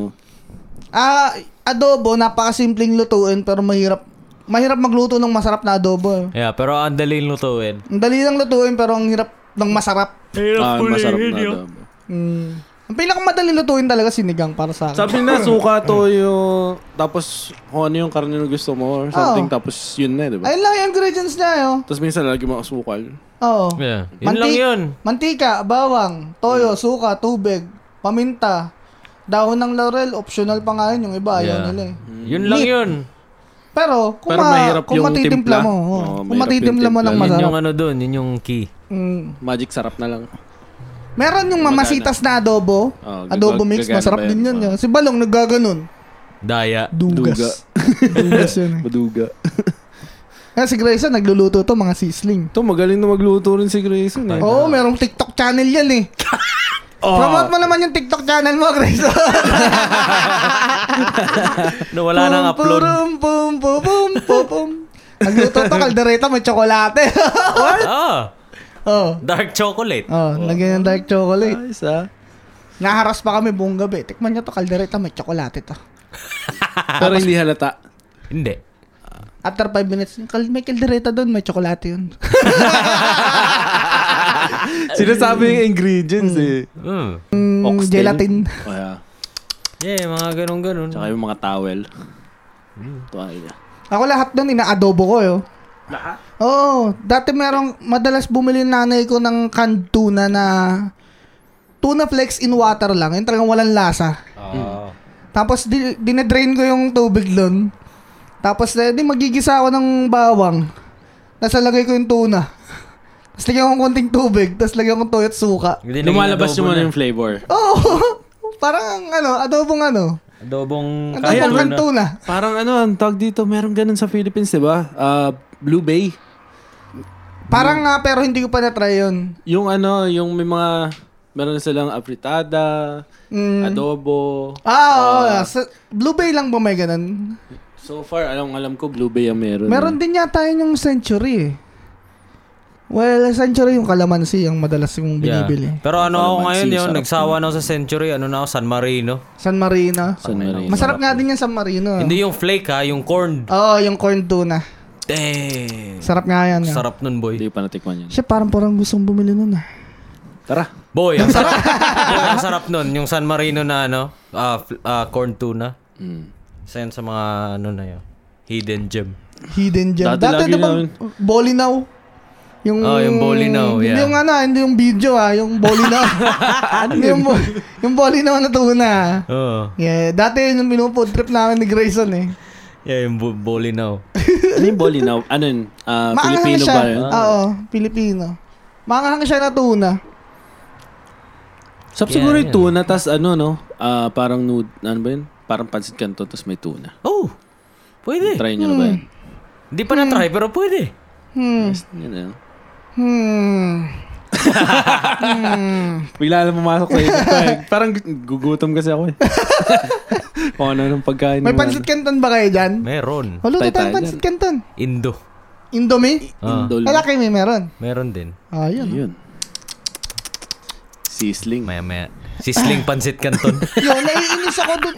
Speaker 2: Ah, adobo, napakasimpleng lutuin pero mahirap mahirap magluto ng masarap na adobo. eh.
Speaker 3: Yeah, pero ang dali lutuin.
Speaker 2: Ang dali lang lutuin pero ang hirap ng masarap.
Speaker 1: Ah, masarap na daw.
Speaker 2: Mm. Ang pinakamadaling lutuin talaga sinigang para sa akin.
Speaker 1: Sabi na, suka to yung, tapos kung ano yung karne na gusto mo or something,
Speaker 2: Oo.
Speaker 1: tapos yun na, di ba?
Speaker 2: Ayun lang yung ingredients niya, yo.
Speaker 1: Tapos minsan lagi mga sukal.
Speaker 2: Oo.
Speaker 3: Yeah. Yun lang
Speaker 2: Manti-
Speaker 3: yun.
Speaker 2: Mantika, bawang, toyo, suka, tubig, paminta, dahon ng laurel, optional pa nga yun, yung iba, ayaw
Speaker 3: Yeah.
Speaker 2: nila eh.
Speaker 3: Yun lang yun.
Speaker 2: Pero, kung,
Speaker 1: Pero
Speaker 2: ma-
Speaker 1: mahirap
Speaker 2: kung
Speaker 1: yung
Speaker 2: matitimpla
Speaker 1: timpla.
Speaker 2: mo, oh,
Speaker 1: Oo,
Speaker 2: kung
Speaker 1: mahirap
Speaker 2: matitimpla
Speaker 1: yung
Speaker 2: mo ng
Speaker 1: timpla.
Speaker 3: Yun
Speaker 2: masarap.
Speaker 3: yung ano dun, yun yung key.
Speaker 2: Mm.
Speaker 1: Magic sarap na lang.
Speaker 2: Meron yung mamasitas na adobo.
Speaker 1: Oo, gag-
Speaker 2: adobo mix,
Speaker 1: gagana
Speaker 2: masarap
Speaker 1: ba
Speaker 2: din
Speaker 1: yun?
Speaker 2: yun. yun. Si Balong naggaganon.
Speaker 3: Daya.
Speaker 1: Duga.
Speaker 2: Dugas. <laughs> Dugas yun eh.
Speaker 1: Maduga.
Speaker 2: Kaya si Grayson nagluluto to mga sisling.
Speaker 1: Ito, magaling na magluto rin si Grayson. Eh. Ah.
Speaker 2: Oo, oh, merong TikTok channel yan eh.
Speaker 1: Oh.
Speaker 2: Promote mo naman yung TikTok channel mo, Grayson.
Speaker 3: No, wala nang
Speaker 2: <laughs>
Speaker 3: upload.
Speaker 2: Pum, pum, pum, pum, pum, pum. Nagluto to, kaldereta, may tsokolate. <laughs> oh.
Speaker 3: Ah, dark chocolate.
Speaker 2: Oh, lagyan ng dark chocolate.
Speaker 1: Ayos ah.
Speaker 2: Naharas pa kami buong gabi. Tikman niyo to, kaldereta, may tsokolate to.
Speaker 1: Pero hindi <laughs> halata.
Speaker 3: Hindi.
Speaker 2: After 5 minutes, "Kal- may kaldereta doon, may tsokolate yun. <laughs>
Speaker 1: Sinasabi yung ingredients eh.
Speaker 3: Mm.
Speaker 2: Mm,
Speaker 1: Oxtail.
Speaker 2: gelatin.
Speaker 1: Kaya,
Speaker 3: Yeah, mga ganun-ganun.
Speaker 1: tsaka yung mga towel.
Speaker 3: Hmm.
Speaker 1: Ito ay na.
Speaker 2: Ako lahat doon, inaadobo ko yo. Oo. dati merong, madalas bumili yung nanay ko ng canned tuna na tuna flakes in water lang. Yung talagang walang lasa.
Speaker 3: Ah.
Speaker 2: Tapos di, dinedrain ko yung tubig doon. Tapos eh, di magigisa ako ng bawang. Tapos lagay ko yung tuna. Tapos lagyan ko ng konting tubig. Tapos lagyan ko ng toyo at suka.
Speaker 3: Hindi naging
Speaker 1: Lumalabas
Speaker 3: adobo
Speaker 1: yung
Speaker 3: na.
Speaker 1: ano yung flavor.
Speaker 2: Oo! <laughs> parang ano, adobong ano.
Speaker 3: Adobong
Speaker 2: Adobong
Speaker 3: kanto na.
Speaker 2: canned tuna.
Speaker 1: Parang ano, ang tawag dito, meron ganun sa Philippines, di ba? Ah, Blue Bay.
Speaker 2: Parang nga, pero hindi ko pa na-try yun.
Speaker 1: Yung ano, yung may mga, meron silang apritada, Hmm.
Speaker 2: Mm.
Speaker 1: adobo.
Speaker 2: Ah, oo. Sa- Blue Bay lang ba may ganun?
Speaker 1: So far, alam, alam ko, Blue Bay ang meron.
Speaker 2: Meron din yata yun yung century eh. Well, century yung kalamansi yung madalas yung
Speaker 3: Yeah.
Speaker 2: binibili.
Speaker 3: Pero ano ako ngayon
Speaker 1: Sarap
Speaker 3: yun,
Speaker 1: na.
Speaker 3: nagsawa na ako sa Century, ano na ako, San Marino.
Speaker 2: San Marino.
Speaker 1: San Marino.
Speaker 2: Masarap nga din yan San Marino.
Speaker 3: Hindi yung flake ha, yung corn.
Speaker 2: Oo, yung corn tuna.
Speaker 3: Dang!
Speaker 2: Sarap nga yan. Sarap.
Speaker 3: Sarap nun, boy.
Speaker 1: Hindi pa natikman yun.
Speaker 2: Siya parang parang gustong bumili nun ah.
Speaker 1: Tara.
Speaker 3: Boy, ang sarap. <laughs> Yun, ang sarap nun. Yung San Marino na ano, ah, fl- ah, corn tuna.
Speaker 1: Mm.
Speaker 3: Isa yun sa mga ano na yun. Hidden gem.
Speaker 2: Hidden gem.
Speaker 1: Dati
Speaker 2: Dati,
Speaker 1: lagi
Speaker 2: na bang
Speaker 1: namin-
Speaker 2: Bolinaw? Yung,
Speaker 3: Oh, yung Bolinaw,
Speaker 2: Hindi
Speaker 3: yeah.
Speaker 2: yung ano, hindi yung video ah, yung Bolinaw. ano yung, bo- yung Bolinaw na tuna. ah.
Speaker 3: Oo.
Speaker 2: Yeah, dati yun yung pinupood trip namin ni Grayson eh.
Speaker 3: Yeah, yung bu- oh. bolinaw.
Speaker 1: Ano yung boli na? Ano yun? Ah,
Speaker 2: Maanghang
Speaker 1: Filipino
Speaker 2: siya.
Speaker 1: ba yun?
Speaker 2: Oo, Pilipino. Maanghang siya na tuna.
Speaker 1: Sarap
Speaker 3: Yeah,
Speaker 1: siguro
Speaker 3: yeah.
Speaker 1: yung tuna, tas ano no, ah, parang nude, ano ba yun? Parang pansit canton, tas may tuna.
Speaker 3: Oh! Pwede.
Speaker 1: Try nyo na ba yun?
Speaker 3: Hindi pa na-try, pero pwede.
Speaker 2: Hmm.
Speaker 1: Yes, yun na yun.
Speaker 2: Hmm.
Speaker 1: Bigla lang pumasok sa isip ko eh. Parang gu- gugutom kasi ako eh. <laughs> Kung ano ng pagkain.
Speaker 2: May
Speaker 1: yung
Speaker 2: pansit canton ba kayo dyan?
Speaker 3: Meron.
Speaker 2: Halo,
Speaker 1: Tay-
Speaker 2: tayong
Speaker 1: tayo
Speaker 2: pansit canton.
Speaker 3: Indo. Ah,
Speaker 2: Indomie?
Speaker 1: ano, Indol.
Speaker 2: Wala kayo may meron.
Speaker 3: Meron din.
Speaker 2: Ah, yun.
Speaker 1: Ayun. Sisling.
Speaker 3: Maya-maya. Sisling pancit canton.
Speaker 1: <laughs>
Speaker 2: yun, naiinis ako dun.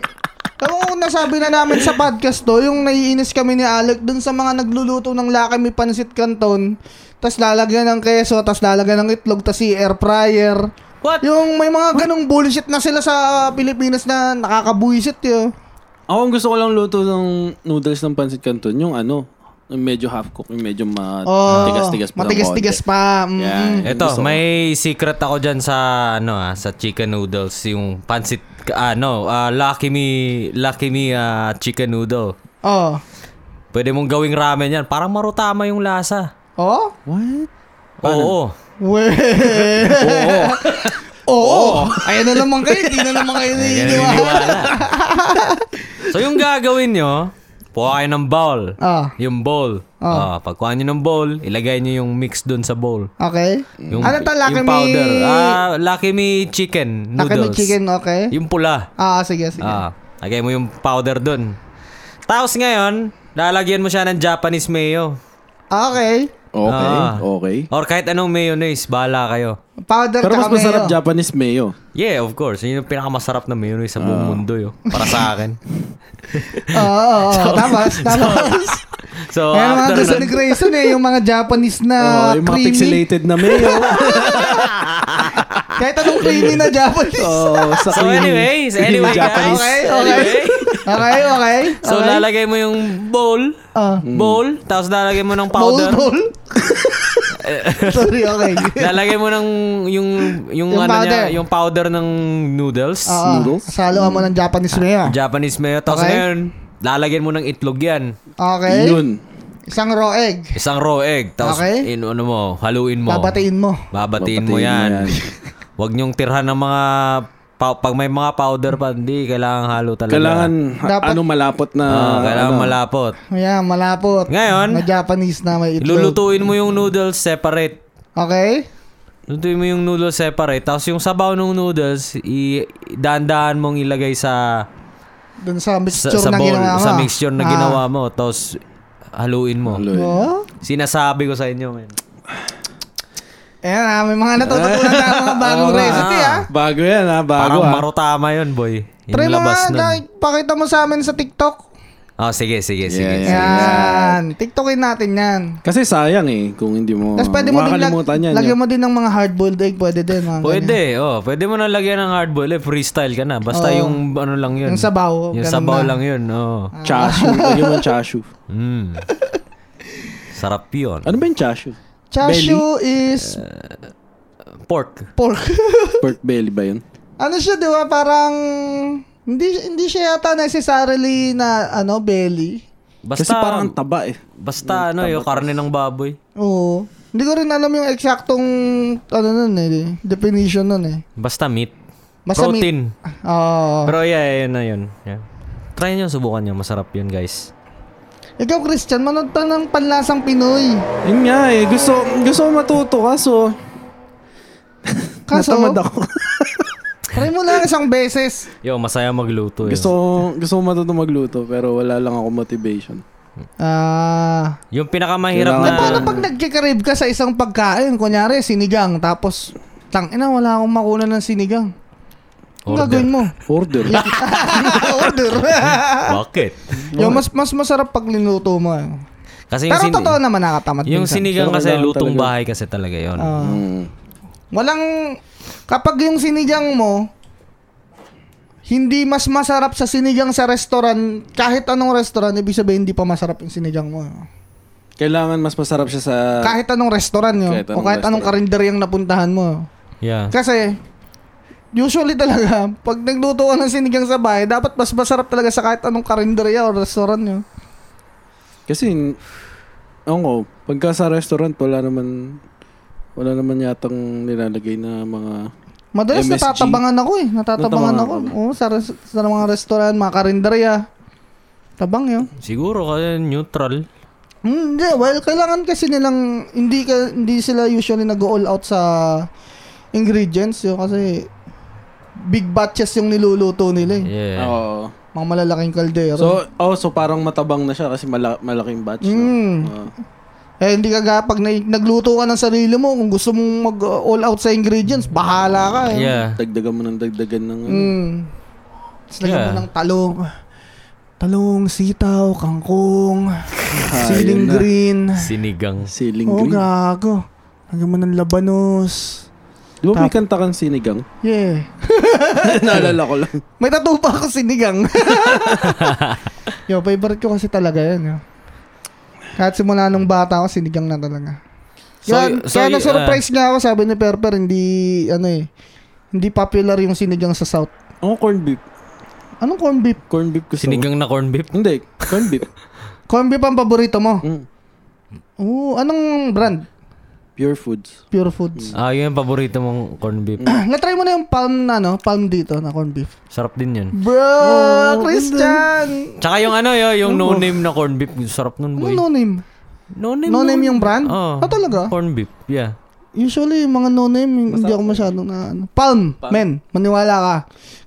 Speaker 2: Tama ko nasabi na namin sa podcast to, yung naiinis kami ni Alec dun sa mga nagluluto ng laki may pansit canton, tas lalagyan ng keso, tas lalagyan ng itlog, tas si air fryer.
Speaker 3: What?
Speaker 2: Yung may mga ganong bullshit na sila sa Pilipinas na nakakabuisit yun.
Speaker 1: Ako ang gusto ko lang luto ng noodles ng pansit canton, yung ano, yung medyo half cook, yung medyo
Speaker 2: Oh,
Speaker 1: matigas-tigas pa. ng
Speaker 2: Matigas-tigas
Speaker 1: konti.
Speaker 2: pa. Mm.
Speaker 1: Yeah.
Speaker 3: Eto, may secret ako dyan sa ano ah, sa chicken noodles, yung pancit ano, ah, Lucky Me, Lucky Me ah, chicken noodle.
Speaker 2: Oh.
Speaker 3: Pwede mong gawing ramen yan. Parang marutama yung lasa.
Speaker 2: Oh?
Speaker 1: What?
Speaker 3: Oo.
Speaker 1: <laughs>
Speaker 2: We. Oo. Oo. Ayan na naman kayo. Di na naman kayo
Speaker 3: <laughs> Kaya
Speaker 2: naiiniwala.
Speaker 3: naniniwala. so yung gagawin nyo, Kuha kayo ng bowl.
Speaker 2: Ah,
Speaker 3: Yung bowl.
Speaker 2: Oh.
Speaker 3: Ah, pagkuha nyo ng bowl, ilagay nyo yung mix dun sa bowl.
Speaker 2: okay.
Speaker 3: Yung,
Speaker 2: ano ta, Lucky
Speaker 3: yung
Speaker 2: Me-
Speaker 3: powder. Ah, Lucky Me chicken
Speaker 2: Laki
Speaker 3: noodles.
Speaker 2: ng chicken, okay?
Speaker 3: Yung pula.
Speaker 2: Ah, sige, sige.
Speaker 3: Ah, lagay mo yung powder dun. Tapos ngayon, lalagyan mo siya ng Japanese mayo.
Speaker 2: Okay.
Speaker 1: Okay,
Speaker 3: Ah.
Speaker 1: okay.
Speaker 3: Or kahit anong mayonnaise, bahala kayo.
Speaker 2: Powder
Speaker 1: Pero mas
Speaker 2: tsaka
Speaker 1: masarap
Speaker 2: mayo.
Speaker 1: Japanese mayo.
Speaker 3: Yeah, of course. Yun yung pinakamasarap na mayonnaise sa
Speaker 2: Ah.
Speaker 3: buong mundo yo. Para sa
Speaker 2: <laughs>
Speaker 3: akin.
Speaker 2: Oo, oo,
Speaker 1: <laughs>
Speaker 2: oo. Tapos, tapos.
Speaker 3: So,
Speaker 2: Kaya mga
Speaker 3: after
Speaker 2: gusto
Speaker 3: nun-
Speaker 2: ni Grayson eh, yung mga Japanese na Ah,
Speaker 1: oh, yung mga
Speaker 2: creamy.
Speaker 1: pixelated na mayo.
Speaker 2: <laughs> Kahit anong creamy na
Speaker 1: <laughs>
Speaker 2: Japanese.
Speaker 1: oh, sa
Speaker 3: So
Speaker 1: creamy-
Speaker 3: anyways,
Speaker 1: creamy
Speaker 3: anyway,
Speaker 1: Japanese.
Speaker 2: Okay,
Speaker 3: guys.
Speaker 2: okay.
Speaker 3: Anyway.
Speaker 2: Okay, okay.
Speaker 3: So,
Speaker 2: okay.
Speaker 3: lalagay mo yung bowl.
Speaker 2: Ah.
Speaker 3: Bowl. Tapos lalagay mo ng
Speaker 2: Bowl,
Speaker 3: powder. <laughs>
Speaker 2: bowl. Sorry, okay.
Speaker 3: lalagay mo ng yung yung,
Speaker 2: Yung
Speaker 3: ano
Speaker 2: powder.
Speaker 3: niya, yung powder ng noodles.
Speaker 2: Oo.
Speaker 1: Noodles?
Speaker 2: Saluhan Ah, mo ng Japanese mayo. ah.
Speaker 3: Japanese mayo. Tapos
Speaker 2: Okay.
Speaker 3: ngayon, lalagyan mo ng itlog yan.
Speaker 2: Okay.
Speaker 1: Yun.
Speaker 2: Isang raw egg.
Speaker 3: Isang raw egg. Tapos
Speaker 2: Okay.
Speaker 3: in, ano mo, haluin mo.
Speaker 2: Babatiin mo.
Speaker 3: Babatiin
Speaker 1: Babatiin
Speaker 3: mo
Speaker 1: mo
Speaker 3: yan.
Speaker 1: yan.
Speaker 3: <laughs> Huwag niyong tirhan ng mga... pa- pag may mga powder pa, hindi. Kailangan halo talaga.
Speaker 1: Kailangan
Speaker 2: Dapat-
Speaker 1: ano malapot na
Speaker 3: Ah, kailangan
Speaker 1: ano,
Speaker 3: malapot.
Speaker 2: Ayan, malapot.
Speaker 3: Ngayon?
Speaker 2: Na Japanese na may itlog.
Speaker 3: Lulutuin mo yung noodles separate.
Speaker 2: Okay?
Speaker 3: Lutuin mo yung noodles separate. Tapos yung sabaw ng noodles, i- dahan-dahan mong ilagay sa
Speaker 2: Dun sa
Speaker 3: sa,
Speaker 2: mixture
Speaker 3: sa
Speaker 2: na
Speaker 3: bowl,
Speaker 2: ginawa ah. mo.
Speaker 3: sa mixture na ginawa mo. Tapos haluin mo.
Speaker 1: Haluin.
Speaker 2: Oo.
Speaker 3: Sinasabi ko sa inyo, man.
Speaker 2: Ayan, ah, may mga natututunan na mga bagong
Speaker 3: <laughs> Oo nga.
Speaker 2: recipe, ah.
Speaker 1: Bago yan ha, bago ah.
Speaker 3: Parang
Speaker 1: ha.
Speaker 3: marutama yun, boy. Yung
Speaker 2: Try mo nga,
Speaker 3: labas nun.
Speaker 2: like, pakita mo sa amin sa TikTok.
Speaker 3: Oh, sige, sige, sige.
Speaker 1: Yeah, yeah.
Speaker 2: Yan. TikTokin natin yan.
Speaker 1: Kasi sayang eh kung hindi mo
Speaker 2: Tapos pwede mo din lag-
Speaker 1: makakalimutan yan. eh.
Speaker 2: lagyan mo din ng mga hard-boiled egg. Pwede din. Mga ganyan.
Speaker 3: Pwede, oh. Pwede mo na lagyan ng hardball. Eh, freestyle ka na.
Speaker 2: Oo.
Speaker 3: Basta yung ano lang yun.
Speaker 2: Yung sabaw.
Speaker 3: Yung
Speaker 2: ganun
Speaker 3: sabaw
Speaker 2: na.
Speaker 3: lang yun, oh.
Speaker 2: Ah.
Speaker 1: Chashu. Lagyan mo ng
Speaker 2: <laughs>
Speaker 1: chashu.
Speaker 3: Mm. Sarap yun.
Speaker 1: Ano ba yung chashu?
Speaker 2: Chashu is
Speaker 3: Pork.
Speaker 2: pork. <laughs>
Speaker 1: Pork belly ba yun?
Speaker 2: ano siya, di ba? Parang... Hindi, hindi siya yata necessarily na ano belly.
Speaker 3: Basta, ano,
Speaker 1: Kasi parang ang taba eh.
Speaker 3: basta ano, yung karne ng baboy.
Speaker 2: Oo. Hindi ko rin alam yung eksaktong ano nun eh, definition nun eh. Ah.
Speaker 3: Basta meat.
Speaker 2: Basta meat. Oh.
Speaker 3: Protein.
Speaker 2: Oo.
Speaker 3: Pero yeah, yun na yun. Yeah. Try nyo, subukan nyo. Masarap yun, guys.
Speaker 2: Ikaw Christian, manood ka ng panlasang Pinoy.
Speaker 1: Yun nga eh. Gusto, gusto ko matuto kaso
Speaker 2: Kaso,
Speaker 1: natamad ako. <laughs>
Speaker 2: try mo lang isang beses.
Speaker 3: Yo, masaya magluto.
Speaker 1: gusto,
Speaker 3: Gusto.
Speaker 1: ko, gusto ko matuto magluto pero wala lang ako motivation.
Speaker 2: Ah.
Speaker 3: Yung pinakamahirap
Speaker 1: Kailangan-
Speaker 3: na...
Speaker 2: eh, paano pag nagkikarib ka sa isang pagkain? Kunyari, sinigang. Tapos, tang ina, wala akong makunan ng sinigang. Ang
Speaker 3: Order.
Speaker 2: gagawin mo? <laughs>
Speaker 1: Order.
Speaker 2: Order.
Speaker 3: Bakit?
Speaker 2: Yo, mas mas masarap pag niluto mo. eh.
Speaker 3: Kasi yung,
Speaker 2: Pero
Speaker 3: sin-
Speaker 2: totoo naman nakatamad
Speaker 3: yung
Speaker 2: minsan.
Speaker 3: sinigang
Speaker 1: Pero
Speaker 3: kasi,
Speaker 1: kailangan
Speaker 3: lutong
Speaker 1: talaga.
Speaker 3: bahay kasi talaga yun.
Speaker 2: Ah.
Speaker 1: Mm.
Speaker 2: Walang kapag yung sinigang mo hindi mas masarap sa sinigang sa restaurant, kahit anong restaurant, ibig sabihin hindi pa masarap yung sinigang mo.
Speaker 1: Kailangan mas masarap siya sa...
Speaker 2: kahit anong restaurant yun, o
Speaker 1: kahit anong
Speaker 2: kahit anong karinderyang napuntahan mo.
Speaker 3: Yeah.
Speaker 2: Kasi, usually talaga, pag nagluto ka ng sinigang sa bahay, dapat mas masarap talaga sa kahit anong karinderya o restaurant yun.
Speaker 1: Kasi, oo ko, pagka sa restaurant, wala naman, wala naman yatang nilalagay na mga,
Speaker 2: Madalas
Speaker 1: MSG?
Speaker 2: natatabangan ako eh. Natatabangan
Speaker 1: Natatabangan
Speaker 2: ako. Oo, sa, res- sa mga restaurant, mga karinderya. Tabang yun.
Speaker 3: Siguro kasi neutral.
Speaker 2: Hmm, Hindi, well, kailangan kasi nilang, hindi, ka, hindi sila usually nag-all out sa ingredients yun kasi big batches yung niluluto nila eh.
Speaker 3: Yeah.
Speaker 1: oo.
Speaker 2: Mga malalaking kaldero.
Speaker 1: So, oh, so parang matabang na siya kasi mala- malaking batch. No?
Speaker 2: Mm.
Speaker 1: Oo.
Speaker 2: Eh, hindi ka ga- pag na- nagluto ka ng sarili mo, kung gusto mong mag-all out sa ingredients, bahala ka. Eh.
Speaker 1: Ah,
Speaker 3: Yeah.
Speaker 1: dagdagan mo ng dagdagan ng ano.
Speaker 2: Mm. Tapos lagyan mo
Speaker 3: Yeah.
Speaker 2: ng talong. Talong, sitaw, kangkong, siling
Speaker 1: Ah, yun na.
Speaker 2: green.
Speaker 3: Sinigang.
Speaker 1: Siling
Speaker 2: Oh,
Speaker 1: green.
Speaker 2: gago. Lagyan mo ng labanos.
Speaker 1: Di ba may kanta kang sinigang? <laughs>
Speaker 2: Yeah.
Speaker 1: Naalala ko lang.
Speaker 2: May tattoo pa ako sinigang.
Speaker 1: <laughs>
Speaker 2: Yo, favorite ko kasi talaga yan. Yo. Kahit simula nung bata ako, sinigang na talaga.
Speaker 3: So,
Speaker 2: Kaya-
Speaker 3: so,
Speaker 2: kaya
Speaker 3: y-
Speaker 1: ah.
Speaker 2: na-surprise nga ako, sabi ni Perper, hindi, ano eh, hindi popular yung sinigang sa South.
Speaker 1: Ako corned beef.
Speaker 2: Anong corn beef?
Speaker 1: Corned beef gusto ko.
Speaker 3: Sinigang na corned beef.
Speaker 1: Hindi, corned beef.
Speaker 2: Corn beef ang paborito mo?
Speaker 1: Mm.
Speaker 2: Oo, anong brand?
Speaker 1: Pure
Speaker 3: <laughs>
Speaker 1: foods.
Speaker 2: Pure foods. <clears throat>
Speaker 3: Ah, yun yung paborito mong corned beef.
Speaker 2: Natry mo na yung palm na, no? Palm dito na corned beef.
Speaker 3: Sarap din yun.
Speaker 2: Bro, Christian!
Speaker 3: Tsaka yung ano, yun, yung no-name na corned beef. Sarap nun, boy.
Speaker 2: Ano no name?
Speaker 3: No-name.
Speaker 2: No name yung brand?
Speaker 3: Oo.
Speaker 2: Ah, talaga?
Speaker 3: Corned beef, yeah.
Speaker 2: Usually, yung mga no name, hindi ako masyado na ano. Palm, men, maniwala ka.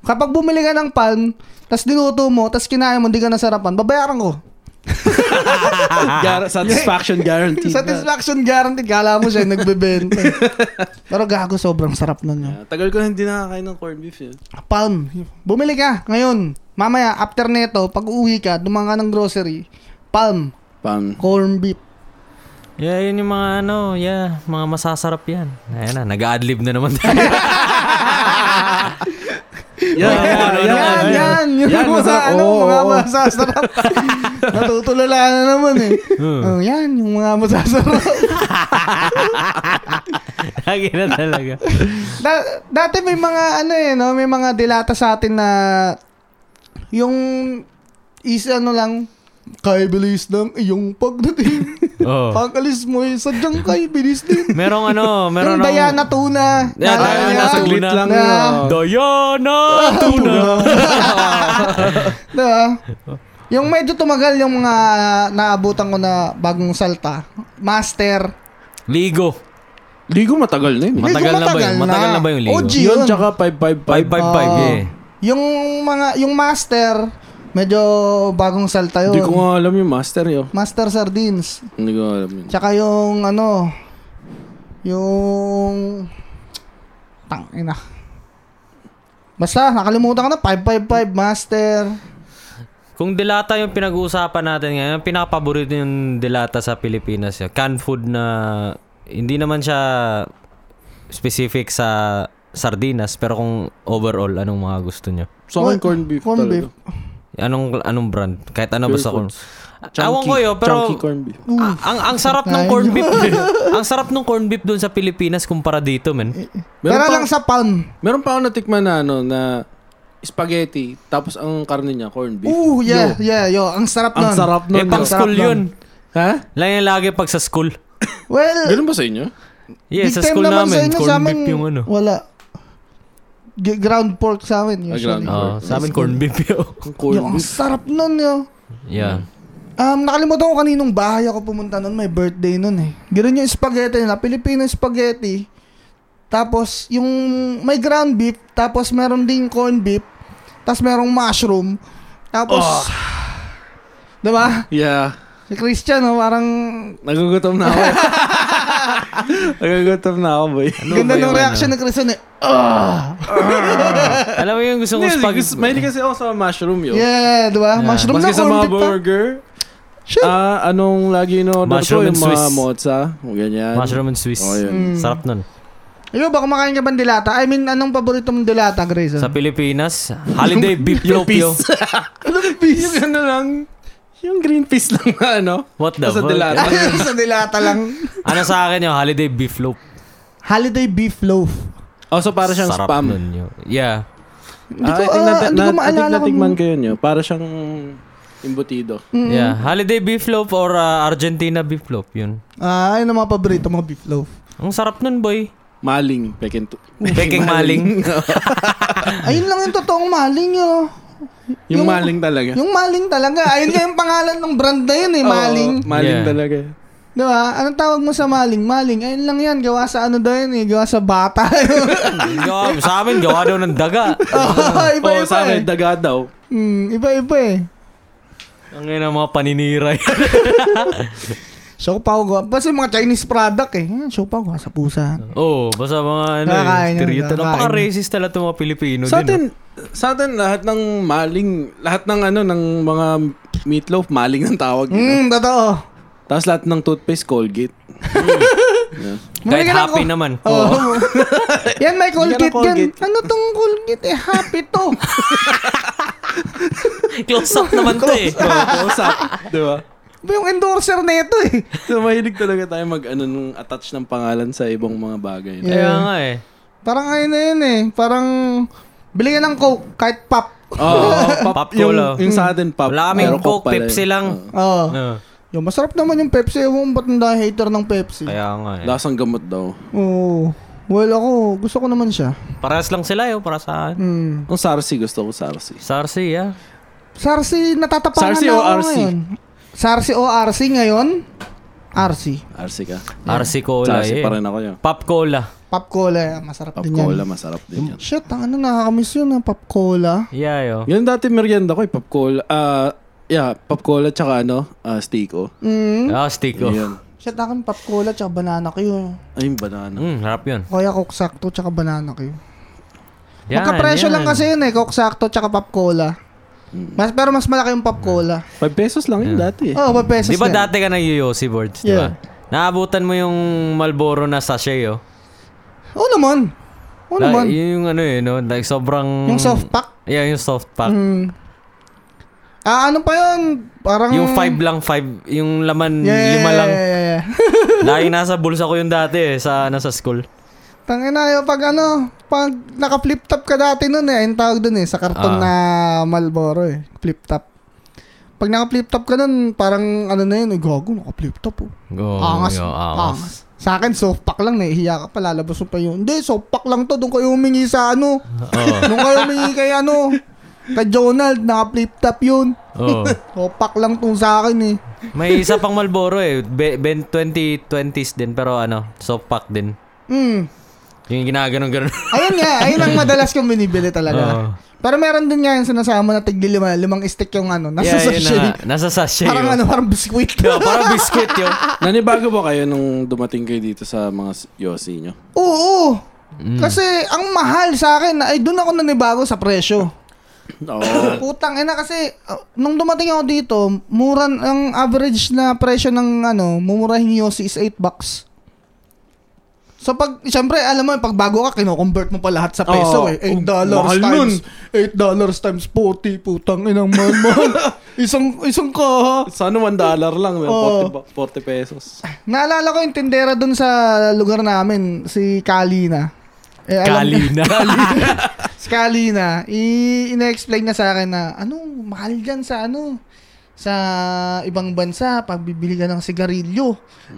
Speaker 2: Kapag bumili ka ng palm, tas dinuto mo, tas kinain mo, hindi ka nasarapan, babayaran ko.
Speaker 1: Gar- satisfaction guaranteed.
Speaker 2: Satisfaction guaranteed, kala mo siya yung <laughs> nagbebenta. Pero gago, sobrang sarap nun yun.
Speaker 1: Yeah, tagal ko na hindi nakakain ng corned beef yun.
Speaker 2: Palm, bumili ka ngayon. Mamaya, after neto, pag uuwi ka, dumang ka ng grocery, palm,
Speaker 1: Pang.
Speaker 2: corn beef.
Speaker 3: Yeah, yun yung mga ano, yeah, mga masasarap yan. Ayan na, nag-adlib na
Speaker 2: <laughs>
Speaker 3: naman tayo.
Speaker 1: Yeah,
Speaker 3: Wow,
Speaker 1: yeah,
Speaker 3: ano,
Speaker 1: yeah,
Speaker 3: ano,
Speaker 2: yan,
Speaker 3: ano,
Speaker 1: yeah.
Speaker 2: yan, Yung
Speaker 1: Yan,
Speaker 2: mga,
Speaker 1: masarap.
Speaker 2: ano,
Speaker 1: Oo,
Speaker 2: mga
Speaker 1: oo.
Speaker 2: masasarap. Natutulala na naman eh. Oh, yan, yung mga masasarap.
Speaker 3: Lagi na talaga.
Speaker 2: da- dati may mga, ano eh, no? may mga dilata sa atin na yung is ano lang, kaibilis ng iyong pagdating.
Speaker 3: Oo.
Speaker 2: Pag-alis mo eh, sadyang kaibilis din.
Speaker 3: Oh, Merong ano, meron
Speaker 2: Yung
Speaker 3: ng...
Speaker 2: Diana Tuna.
Speaker 3: Yeah,
Speaker 2: Naalala
Speaker 3: Diana
Speaker 2: niyo?
Speaker 1: yeah, saglit
Speaker 3: Tuna.
Speaker 1: lang.
Speaker 2: Na-
Speaker 1: oh.
Speaker 3: Diana Tuna!
Speaker 2: <laughs> Diba? Yung medyo tumagal yung mga naabutan ko na bagong salta. Master.
Speaker 3: Ligo.
Speaker 1: Ligo matagal na yun.
Speaker 2: Medyo
Speaker 1: eh.
Speaker 3: Matagal na ba yun? Matagal na ba yung ligo?
Speaker 2: OG yun.
Speaker 1: Yun, tsaka 555.
Speaker 3: 555,
Speaker 2: Oo.
Speaker 3: eh.
Speaker 2: Yung mga, yung master, medyo bagong salta yun.
Speaker 1: Hindi ko nga alam yung master yun.
Speaker 2: Master sardines.
Speaker 1: Hindi ko alam yun.
Speaker 2: Tsaka yung ano, yung... Tang, ina. Basta, nakalimutan ko na. 555, master.
Speaker 3: Kung dilata yung pinag-uusapan natin ngayon, yung pinakapaborito yung dilata sa Pilipinas. Yun. Canned food na hindi naman siya specific sa sardinas pero kung overall anong mga gusto nyo?
Speaker 1: So, akin corned beef
Speaker 2: Corned beef.
Speaker 1: talaga.
Speaker 3: Anong anong brand? Kahit ano basta kung Awan
Speaker 1: Chunky-
Speaker 3: ko yun, pero
Speaker 1: Chunky corned beef.
Speaker 3: Ah, ang ang sarap ng
Speaker 2: Ayun.
Speaker 3: corned beef. <laughs> dun. ang sarap ng corned beef doon sa Pilipinas kumpara dito, men.
Speaker 2: Eh,
Speaker 3: Eh,
Speaker 1: Meron
Speaker 2: Pero
Speaker 1: pa-
Speaker 2: lang sa palm.
Speaker 1: Meron pa ako natikman na ano, na spaghetti, tapos ang karne niya, corned beef.
Speaker 2: Ooh, yeah, yeah, yo. Ang sarap nun.
Speaker 1: Ang sarap nun.
Speaker 3: eh pang
Speaker 1: Ang sarap
Speaker 3: school
Speaker 1: nun.
Speaker 3: 'yun.
Speaker 1: Ha?
Speaker 3: Lang yung lagi pag sa school.
Speaker 2: Well,
Speaker 1: Ganun ba sa inyo?
Speaker 3: Yeah,
Speaker 2: big
Speaker 3: sa
Speaker 2: time
Speaker 3: school
Speaker 2: naman sa
Speaker 3: namin,
Speaker 2: inyo, sa Oh,
Speaker 3: corned
Speaker 2: amin,
Speaker 3: beef yung ano.
Speaker 2: Wala. G- ground pork sa amin
Speaker 1: Ah,
Speaker 2: usually.
Speaker 1: ground
Speaker 3: Oh, sa amin corned beef yun.
Speaker 1: Ang
Speaker 2: Yo,
Speaker 1: corned
Speaker 2: ang
Speaker 1: beef.
Speaker 2: sarap nun, yo.
Speaker 3: yeah.
Speaker 2: Um, nakalimutan ko kaninong bahay ako pumunta nun. May birthday nun eh. Ganun yung spaghetti nila. Filipino spaghetti. Tapos, yung may ground beef. Tapos, meron ding corned beef. Tapos, merong mushroom. Tapos,
Speaker 1: Oh.
Speaker 2: <sighs> diba?
Speaker 1: Yeah.
Speaker 2: Si Christian, oh, parang
Speaker 1: Nagugutom na ako. <laughs> Nagugutom na ako, boy.
Speaker 2: ganda
Speaker 3: Ano ba
Speaker 2: ng
Speaker 3: yung
Speaker 1: ah?
Speaker 2: reaction ni Christian eh.
Speaker 3: Alam mo yung gusto kong
Speaker 1: Hindi,
Speaker 3: spaghetti.
Speaker 1: kasi- Mahilig kasi ako sa mushroom yun.
Speaker 2: Yeah, diba?
Speaker 3: Yeah.
Speaker 2: Mushroom
Speaker 1: Maski
Speaker 2: na
Speaker 1: sa mga
Speaker 2: corned beef pa.
Speaker 1: burger,
Speaker 2: Shit.
Speaker 1: ah, anong lagi no order ko?
Speaker 3: Mushroom
Speaker 1: Yung
Speaker 3: and
Speaker 1: mga
Speaker 3: Swiss.
Speaker 1: mozza, o ganyan.
Speaker 3: Mushroom and Swiss.
Speaker 1: Oh, yun.
Speaker 3: Sarap nun.
Speaker 2: Ayun ba, kumakain ka ba ng dilata? I mean, anong paborito mong dilata, Grayson?
Speaker 3: Sa Pilipinas, holiday beef loaf yun.
Speaker 2: <laughs> Anong
Speaker 1: Yung ano lang, yung green peas lang <laughs> na ano.
Speaker 3: What the
Speaker 1: Basta
Speaker 3: fuck?
Speaker 1: dilata.
Speaker 2: <laughs> sa dilata lang.
Speaker 1: <laughs>
Speaker 3: ano sa akin yung holiday beef loaf?
Speaker 2: Holiday beef loaf.
Speaker 1: Oh, so para siyang
Speaker 3: Sarap
Speaker 1: spam.
Speaker 3: nun yun. Yeah.
Speaker 2: Hindi ko,
Speaker 1: I think
Speaker 2: ah, hindi ko
Speaker 1: nati- nat- I think
Speaker 2: maalala kung-
Speaker 1: natikman ko yun yun. Para siyang imbutido.
Speaker 3: Yeah. Holiday beef loaf or ah, Argentina beef loaf yun.
Speaker 2: Ah, ayun ang mga paborito, mga beef loaf.
Speaker 3: Ang sarap nun, boy.
Speaker 1: Maling, pekinto.
Speaker 3: <laughs> Peking maling.
Speaker 2: Ayun lang yung totoong maling yo.
Speaker 1: <laughs> yung,
Speaker 2: Yung-
Speaker 1: maling talaga.
Speaker 2: Yung maling talaga. Ayun nga yung pangalan ng brand na yun eh,
Speaker 1: Oo,
Speaker 2: maling.
Speaker 1: Oh, maling
Speaker 3: Yeah.
Speaker 1: talaga.
Speaker 2: Di ba? Anong tawag mo sa maling? Maling. Ayun lang yan. Gawa sa ano daw yun eh. Gawa sa bata. <laughs>
Speaker 3: Gawa, sa amin, gawa daw ng daga.
Speaker 2: oh, iba-iba
Speaker 1: Oo, sa
Speaker 2: eh.
Speaker 1: akin, daga daw.
Speaker 2: Hmm, iba-iba eh.
Speaker 3: Ang ina mga paninira yan.
Speaker 2: Show pa ako. Basta yung mga Chinese product eh. Yan, Show pa ako. Sa pusa.
Speaker 3: Oo, <laughs> oh, basta mga ano,
Speaker 2: Nakakain yun,
Speaker 3: stereotype.
Speaker 2: nakakain.
Speaker 3: Napaka-racist talaga itong mga Pilipino oh.
Speaker 1: sa
Speaker 3: Ano
Speaker 1: atin,
Speaker 3: din.
Speaker 1: sa atin lahat ng maling, lahat ng ano ng mga meatloaf maling ang tawag. nila.
Speaker 2: Hmm, totoo.
Speaker 1: <laughs> Tapos lahat ng toothpaste
Speaker 3: <laughs>
Speaker 1: Colgate.
Speaker 3: oh. Kahit
Speaker 2: Bumili ka ng
Speaker 3: happy
Speaker 2: ko-
Speaker 3: naman.
Speaker 2: Oo. yan, may
Speaker 1: Bumili
Speaker 2: Colgate
Speaker 1: ka ng
Speaker 2: yan.
Speaker 1: Colgate.
Speaker 2: Ano tong Colgate eh? Happy to.
Speaker 3: <laughs> Close up naman to eh.
Speaker 1: Oo, kausap, 'di ba?
Speaker 2: Iba yung endorser na ito eh.
Speaker 1: So mahilig talaga tayo mag ano nung attach ng pangalan sa ibang mga bagay.
Speaker 2: Yeah.
Speaker 3: Kaya nga eh.
Speaker 2: Parang ayun na yun eh. Parang bili ka ng Coke kahit pop.
Speaker 1: Oo, oh,
Speaker 3: <laughs> Pop
Speaker 1: yung,
Speaker 3: Cola.
Speaker 1: yung sa atin pop.
Speaker 3: Wala kaming
Speaker 1: Pero
Speaker 3: Coke,
Speaker 1: pala yun. Ah.
Speaker 3: Pepsi lang.
Speaker 2: Oo.
Speaker 3: Oo.
Speaker 2: Yung masarap naman yung Pepsi. Ewan ba't ang dami hater ng Pepsi?
Speaker 3: Kaya nga eh.
Speaker 1: Lasang gamot daw.
Speaker 2: Oo. Well, ako, gusto ko naman siya.
Speaker 3: Parehas lang sila yun, para sa akin.
Speaker 2: Mm.
Speaker 1: Ang Sarsi, gusto ko Sarsi.
Speaker 3: Sarsi, ah.
Speaker 2: Sarsi, natatapangan
Speaker 1: Sarsi
Speaker 2: na
Speaker 1: o
Speaker 2: ako
Speaker 1: RC?
Speaker 2: ngayon. Sarsi o RC ngayon? RC.
Speaker 1: Arsi ka.
Speaker 3: Arsi Cola,
Speaker 1: Sarsi
Speaker 3: eh.
Speaker 1: pa rin ako yun.
Speaker 3: Pop Cola.
Speaker 2: Pop cola, masarap
Speaker 1: Pop
Speaker 2: din
Speaker 1: cola,
Speaker 2: yan.
Speaker 1: masarap din yan.
Speaker 2: Shit, ang ano, nakakamiss yun, ah, pop cola.
Speaker 3: Yeah, yo.
Speaker 1: Yun dati merienda ko, eh, pop cola. Ah, yeah, pop cola tsaka ano, ah, stiko.
Speaker 2: Mm.
Speaker 3: Ah, stick ko.
Speaker 1: Yun.
Speaker 2: Shit, akin pop cola tsaka banana kayo.
Speaker 1: Ay, yung banana.
Speaker 3: Mm, harap yun.
Speaker 2: Kaya Coke Sakto tsaka banana kayo.
Speaker 3: Yan,
Speaker 2: Magkapresyo
Speaker 3: yan.
Speaker 2: lang kasi yun eh, Coke Sakto tsaka pop cola. Mas, pero mas malaki yung pop cola.
Speaker 1: 5 pesos lang yun dati eh.
Speaker 2: Oo, oh, pa pesos
Speaker 3: Di
Speaker 2: na
Speaker 3: ba
Speaker 2: yun.
Speaker 3: dati ka nag-yosi boards, di
Speaker 2: Yeah.
Speaker 3: ba? Naabutan mo yung Malboro na sachet, yo.
Speaker 2: Oo naman. Oo
Speaker 3: Like,
Speaker 2: naman.
Speaker 3: yun yung ano yun, no? like sobrang...
Speaker 2: Yung soft pack.
Speaker 3: Yeah, yung soft pack.
Speaker 2: Mm. Ah, ano pa yun? Parang...
Speaker 3: Yung five lang, five. Yung laman,
Speaker 2: Yeah, yeah,
Speaker 3: lima lang.
Speaker 2: Yeah, yeah, yeah. <laughs>
Speaker 3: Lagi nasa bulsa ko yung dati eh, sa, nasa school.
Speaker 2: Tangin na yun, pag ano, pag naka-flip top ka dati nun eh, yung tawag dun eh, sa karton
Speaker 3: Ah.
Speaker 2: na Malboro eh, flip top. Pag naka-flip top ka nun, parang ano na yun, eh, gago, naka-flip top oh.
Speaker 3: Go,
Speaker 2: angas,
Speaker 3: yo,
Speaker 2: angas. Sa akin, soft pack lang, nahihiya ka pa, lalabas mo pa yun. Hindi, soft pack lang to, doon kayo humingi sa ano,
Speaker 3: Oo.
Speaker 2: doon kayo humingi kay ano, kay Jonald, naka-flip top yun.
Speaker 3: Oo.
Speaker 2: <laughs> Soft pack lang to sa akin eh.
Speaker 3: May isa pang Malboro eh. Be, ben 2020s din, pero ano, soft pack din.
Speaker 2: Mm.
Speaker 3: Yung ginaganon-ganon.
Speaker 2: Ayun nga, ayun ang madalas kong binibili talaga.
Speaker 3: Oo.
Speaker 2: Pero meron din nga yung sinasama na tigli lima, limang stick yung ano, <laughs> nasa
Speaker 3: Yeah, yun
Speaker 2: sachet.
Speaker 3: na. Nasa sachet.
Speaker 2: Parang
Speaker 3: yun.
Speaker 2: ano, parang biskwit.
Speaker 3: Yo, parang biscuit yun.
Speaker 2: ah.
Speaker 1: Nanibago ba kayo nung dumating kayo dito sa mga s- yosi nyo?
Speaker 2: oo, <laughs> oo.
Speaker 3: Mm.
Speaker 2: Kasi ang mahal sa akin, ay doon ako nanibago sa presyo.
Speaker 1: Oo.
Speaker 2: Putang ina kasi uh, nung dumating ako dito, muran ang average na presyo ng ano, mumurahing Yossi is 8 bucks. So pag siyempre alam mo pag bago ka kino-convert mo pa lahat sa peso
Speaker 1: Oo.
Speaker 2: eh. 8
Speaker 1: Oh,
Speaker 2: dollars
Speaker 1: mahal
Speaker 2: times 8 dollars times 40 putang inang mahal.
Speaker 1: <laughs>
Speaker 2: mahal. isang isang kaha.
Speaker 1: Sana 1 dollar lang, may
Speaker 2: Oo.
Speaker 1: 40, ba- 40 pesos.
Speaker 2: Naalala ko yung tindera dun sa lugar namin, si Kalina. Eh, alam-
Speaker 3: Kalina.
Speaker 1: <laughs>
Speaker 2: si Kalina, i- ina-explain na sa akin na, ano, mahal dyan sa ano, sa ibang bansa, pag bibili ka ng sigarilyo,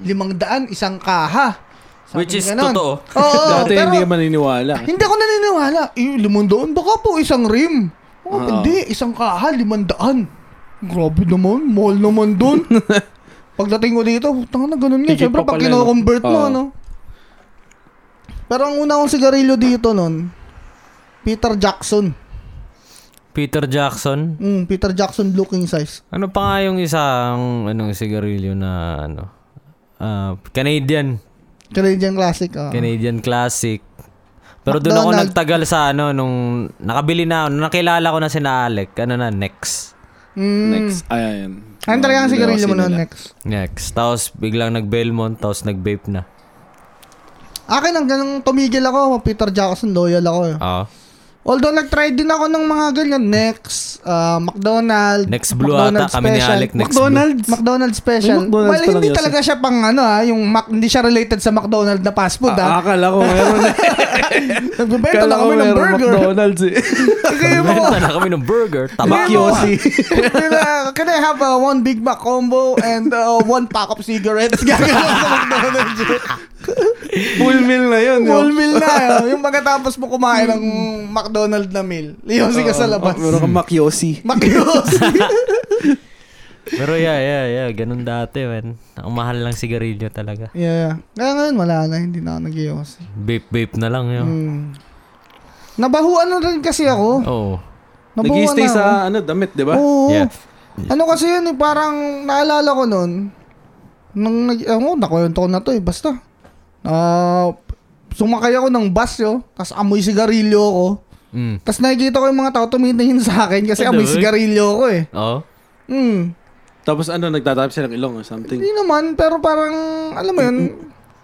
Speaker 2: limang daan, isang kaha.
Speaker 3: Hmm. Which is
Speaker 2: niya nun.
Speaker 3: totoo.
Speaker 2: Oo,
Speaker 1: dati
Speaker 2: pero hindi,
Speaker 1: hindi ka maniniwala.
Speaker 2: ako naniniwala. Eh, limang daan, baka po isang rim. Oh,
Speaker 1: Oo.
Speaker 2: Hindi, isang kaha, limang daan. Grabe naman, mahal naman
Speaker 1: <laughs>
Speaker 2: doon. Pagdating ko dito, tanga na ganun nga.
Speaker 1: Tigit
Speaker 2: Siyempre,
Speaker 1: pa
Speaker 2: pag
Speaker 1: pala,
Speaker 2: kino-convert mo,
Speaker 1: no? Oo.
Speaker 2: ano. Pero ang una kong sigarilyo dito nun, Peter Jackson.
Speaker 3: Peter Jackson.
Speaker 2: Mm, Peter Jackson Blue King Size.
Speaker 3: Ano pa nga yung isang anong sigarilyo na ano? Ah, Canadian.
Speaker 2: Canadian Classic. ah.
Speaker 3: Canadian classic. Pero doon ako
Speaker 2: McDonald's.
Speaker 3: nagtagal sa ano nung nakabili na nung nakilala ko na si na Alec. Ano na next.
Speaker 2: Mm.
Speaker 1: Next. ah, Ay, ayan.
Speaker 2: Ano talaga ang sigarilyo mo nun
Speaker 1: Nila.
Speaker 2: next?
Speaker 3: Next. Tapos biglang nag Belmont, tapos nag vape na.
Speaker 2: Akin ang ganang tumigil ako, Peter Jackson, loyal ako. Eh.
Speaker 3: Oo.
Speaker 2: Although nag-try din ako ng mga ganyan. Next, ah, McDonald's.
Speaker 3: Next Blue ata, kami ni Alec, next
Speaker 2: McDonald's.
Speaker 1: Ah,
Speaker 2: McDonald's special.
Speaker 1: May McDonald's
Speaker 2: well,
Speaker 1: pa lang
Speaker 2: hindi
Speaker 1: yun,
Speaker 2: talaga siya pang ano ah, yung Mac, hindi siya related sa McDonald's na fast food ah.
Speaker 1: Ah, akala ko
Speaker 2: <laughs>
Speaker 1: meron eh.
Speaker 2: Nagbebenta
Speaker 1: Akala
Speaker 2: lang
Speaker 1: ko
Speaker 2: kami ng
Speaker 1: meron
Speaker 2: burger.
Speaker 1: McDonald's eh.
Speaker 2: Kaya mo,
Speaker 3: Benta na kami ng burger, tabak.
Speaker 2: <laughs>
Speaker 1: Bakyosi.
Speaker 2: Can I- can I have uh, one Big Mac combo and uh, one pack of cigarettes? <laughs> Gagawin sa McDonald's.
Speaker 1: Ano? Full meal na yun.
Speaker 2: Full meal na. Yun. Yung pagkatapos mo kumain ng McDonald's na meal. Liyosi ka sa labas.
Speaker 1: Meron kang makyosi.
Speaker 2: Makiyosi.
Speaker 3: Pero yeah, yeah, yeah, ganun dati, man. Ang mahal lang sigarilyo talaga.
Speaker 2: <laughs> yeah. Kaya ngayon wala na. Hindi na ako nag-iyosi.
Speaker 3: Vape vape na lang 'yo.
Speaker 2: Hmm. Nabahuan na rin kasi ako.
Speaker 3: Oh.
Speaker 2: Nabahuan
Speaker 1: Nag-stay
Speaker 2: na
Speaker 1: sa ano, damit, di
Speaker 2: ako.
Speaker 1: ba?
Speaker 2: Oo.
Speaker 3: Yeah.
Speaker 2: Ano kasi yun eh, parang naalala ko nun, nung nag, ako, nakwento ko na to eh, basta. Ah, sumakay ako ng bus yo, tapos amoy sigarilyo ko.
Speaker 3: Mm.
Speaker 2: Tapos nakikita ko yung mga tao tumitingin sa akin kasi amoy
Speaker 3: Adoy.
Speaker 2: sigarilyo ko eh.
Speaker 3: Oh.
Speaker 2: Hmm.
Speaker 1: Tapos ano, nagtatapos sila ng ilong or something.
Speaker 2: Hindi naman, pero parang, alam mo yun,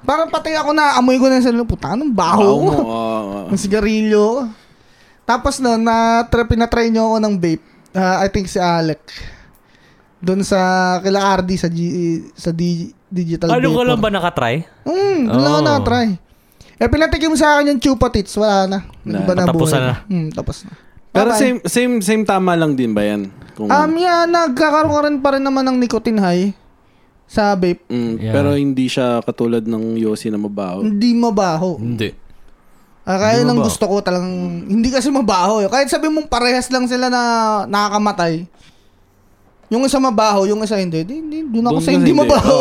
Speaker 2: parang patay ako na amoy ko na sa loob. Puta, anong baho
Speaker 1: Baho
Speaker 2: ko?
Speaker 1: mo, oo, oo.
Speaker 2: Ang sigarilyo ko. Tapos na, na tra- pinatry niyo ako ng vape. Ah, I think si Alec. Doon sa kila RD sa G, sa D, digital
Speaker 3: Ano ko
Speaker 2: vapor.
Speaker 3: lang ba nakatry?
Speaker 2: Mm, doon lang ako
Speaker 3: Oh.
Speaker 2: nakatry. Eh, pinatikim sa akin yung Chupa Tits. Wala na.
Speaker 1: Na,
Speaker 2: Iba na
Speaker 3: tapos
Speaker 2: buhay.
Speaker 3: na.
Speaker 2: Mm, tapos na.
Speaker 1: Pero
Speaker 2: Bye-bye.
Speaker 1: same, same, same tama lang din ba yan? Kung,
Speaker 2: Um, yeah, nagkakaroon ka rin pa rin naman ng nicotine high. sa vape,
Speaker 1: Mm,
Speaker 3: Yeah.
Speaker 1: Pero hindi siya katulad ng Yossi na mabaho.
Speaker 2: hindi mabaho.
Speaker 4: Hindi.
Speaker 2: Ah, kaya
Speaker 3: Hindi
Speaker 2: nang
Speaker 3: mabaho.
Speaker 2: gusto ko talagang, hindi kasi mabaho. Eh. Kahit sabi mong parehas lang sila na nakakamatay, yung isa mabaho, yung isa hindi, di, di, doon ako
Speaker 1: Doon
Speaker 2: sa
Speaker 1: ka
Speaker 2: hindi <laughs>
Speaker 1: hindi.
Speaker 2: mabaho.